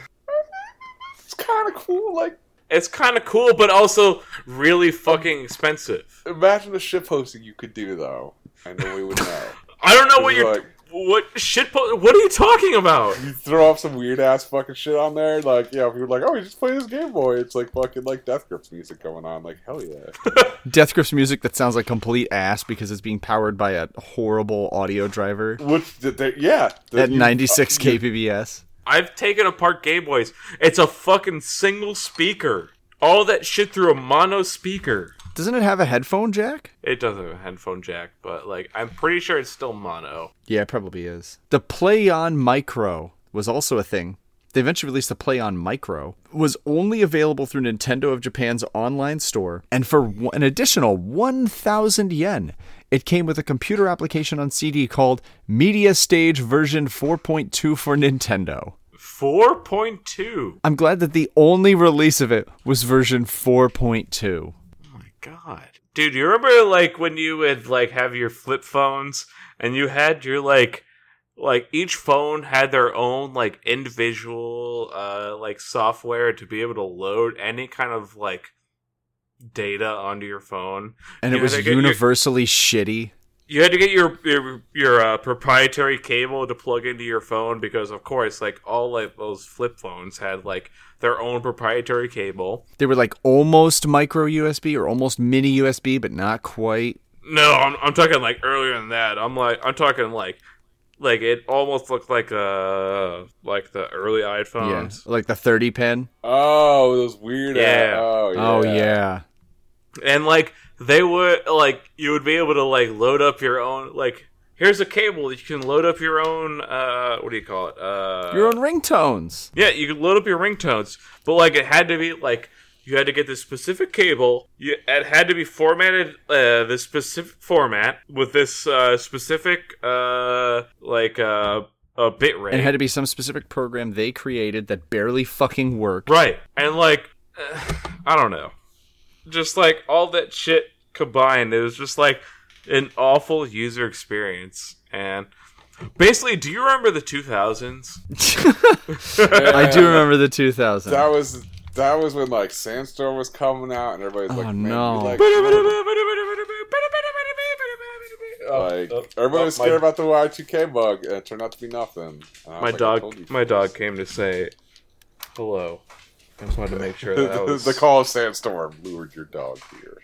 It's kind of cool. Like,
it's kind of cool but also really fucking expensive.
imagine the ship hosting you could do, though. I know we would know.
I don't know what you're
Like-
what shit po- what are you talking about?
You throw up some weird ass fucking shit on there, like yeah. If you're like, oh, you just play this Game Boy, it's like fucking like Death Grips music going on, like hell yeah.
Death Grips music that sounds like complete ass because it's being powered by a horrible audio driver
Which did they, yeah, the,
at
you-
96 kbps.
I've taken apart Game Boys. It's a fucking single speaker. All that shit through a mono speaker.
Doesn't it have a headphone jack?
It doesn't have a headphone jack, but like I'm pretty sure it's still mono.
Yeah, it probably is. The PlayOn Micro was also a thing. They eventually released the PlayOn Micro. It was only available through Nintendo of Japan's online store, and for one- an additional 1,000 yen, it came with a computer application on CD called Media Stage Version 4.2 for Nintendo.
4.2.
I'm glad that the only release of it was version 4.2.
Oh my god. Dude, you remember like when you would like have your flip phones and you had your like like each phone had their own like individual uh like software to be able to load any kind of like data onto your phone.
And it
You
was
had to get your-
universally shitty.
you had to get your your, your uh, proprietary cable to plug into your phone because of course like all like those flip phones had like their own proprietary cable
They were like almost micro USB or almost mini USB, but not quite.
no i'm, I'm talking like earlier than that i'm like i'm talking like like it almost looked like uh like the early
Yeah,
iphones
like the 30 pin.
Oh, those weird.
Yeah.
Oh yeah.
Oh yeah.
and like they would like you would be able to like load up your own like here's a cable that you can load up your own uh what do you call it uh
Your own ringtones.
Yeah, you could load up your ringtones, but like it had to be like you had to get this specific cable. You, it had to be formatted uh, this specific format with this uh, specific uh, like uh, uh, bit rate.
And it had to be some specific program they created that barely fucking worked.
right, and like uh, I don't know, just like all that shit combined, it was just like an awful user experience. And basically, do you remember the two thousands?
I do remember the 2000.
That was that was when like Sandstorm was coming out, and everybody's like,
Oh,
man,
no.
we like, like
Oh,
everybody was scared about the Y two K bug, and it turned out to be nothing. And I was
my
like, I told you
dog my
guys.
dog came to say hello i just wanted to make sure that I was
the call of Sandstorm lured your dog here.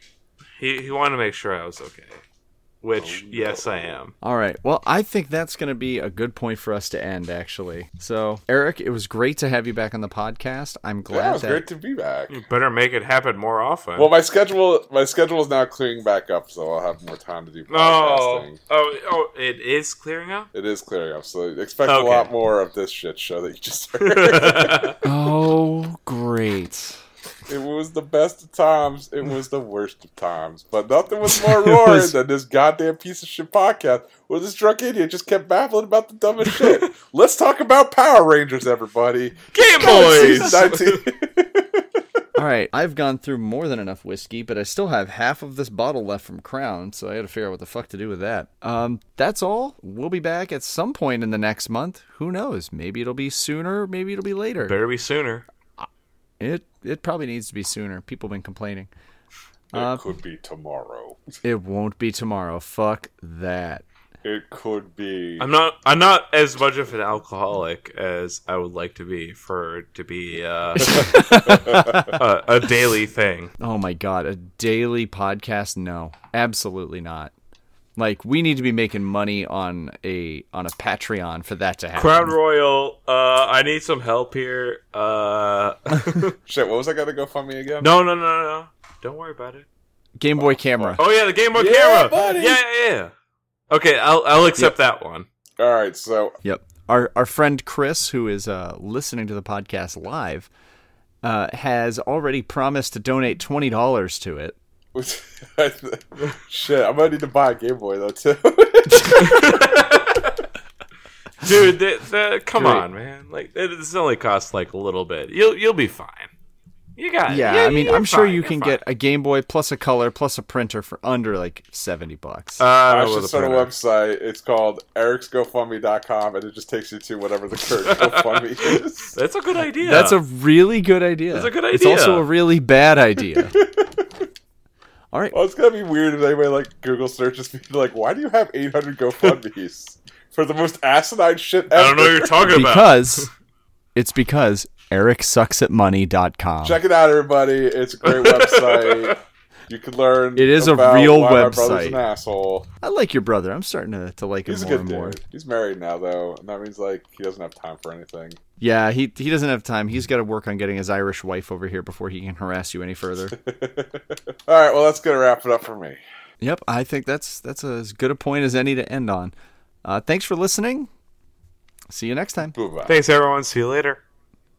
he, he wanted to make sure i was okay
Oh,
which yes, I am.
All right. Well, I think that's going to be a good point for us to end, actually. So, Eric, it was great to have you back on the podcast. I'm
Yeah, it
glad
was
that.
great to be back.
Better make it happen more often.
Well, my schedule my schedule is now clearing back up, so I'll have more time to do podcasting.
oh, oh, oh, it is clearing up.
It is clearing up, so expect
Okay.
a lot more of this shit show that you just heard.
Oh, great.
it was the best of times. It was the worst of times. But nothing was more roaring
was-
than this goddamn piece of shit podcast where this drunk idiot just kept babbling about the dumbest shit. Let's talk about Power Rangers, everybody.
Game
Season
Boys.
19.
All right. I've gone through more than enough whiskey, but I still have half of this bottle left from Crown, so I got to figure out what the fuck to do with that. Um, that's all. We'll be back at some point in the next month. Who knows? Maybe it'll be sooner. Maybe it'll be later.
Better be sooner.
It it probably needs to be sooner. People have been complaining.
it could be tomorrow.
It won't be tomorrow. Fuck that.
It could be.
I'm not. I'm not as much of an alcoholic as I would like to be for it to be uh, a, a daily thing.
Oh my god, a daily podcast? No. Absolutely not. Like we need to be making money on a on a Patreon for that to happen.
Crown Royal, uh, I need some help here. Uh,
Shit, what was I gonna go fund me again?
no, no, no, no. Don't worry about it.
Game Boy camera.
Oh yeah, the Game Boy
Yeah,
camera.
buddy.
Yeah, yeah, yeah. Okay, I'll I'll accept that one.
All right, so
Yep. Our our friend Chris, who is uh, listening to the podcast live, uh, has already promised to donate twenty dollars to it.
shit, I'm gonna need to buy a Game Boy though too.
Dude, the, the, come
Great.
on, man. Like it, this only costs like a little bit. You'll you'll be fine. You got it.
Yeah, I mean,
you're
I'm sure
fine,
you
you're
can
fine.
get a Game Boy plus a color plus a printer for under like seventy bucks.
Uh, I
I
don't know
should
the
start a
printer.
website. It's called ericsgofundme.com, and it just takes you to whatever the current GoFundMe is.
That's a good idea.
That's a really good idea.
That's a good
It's
idea.
also a really bad idea. All right.
Well, it's gonna be weird if anybody like Google searches me like, "Why do you have 800 GoFundmes for the most asinine shit ever?"
I don't know what you're talking about.
Because it's because ericsucksatmoney.com.
Check it out, everybody. It's a great website. You can learn.
It is a
about
real
why My brother's
website.
an asshole.
I like your brother. I'm starting to, to like him
He's a
more
good
and
dude.
more.
He's married now though, and that means like he doesn't have time for anything.
Yeah, he he doesn't have time. He's got to work on getting his Irish wife over here before he can harass you any further.
All right, well, that's gonna wrap it up for me.
yep, I think that's that's as good a point as any to end on. Uh, thanks for listening. See you next time.
Bye bye.
Thanks, everyone. See you later.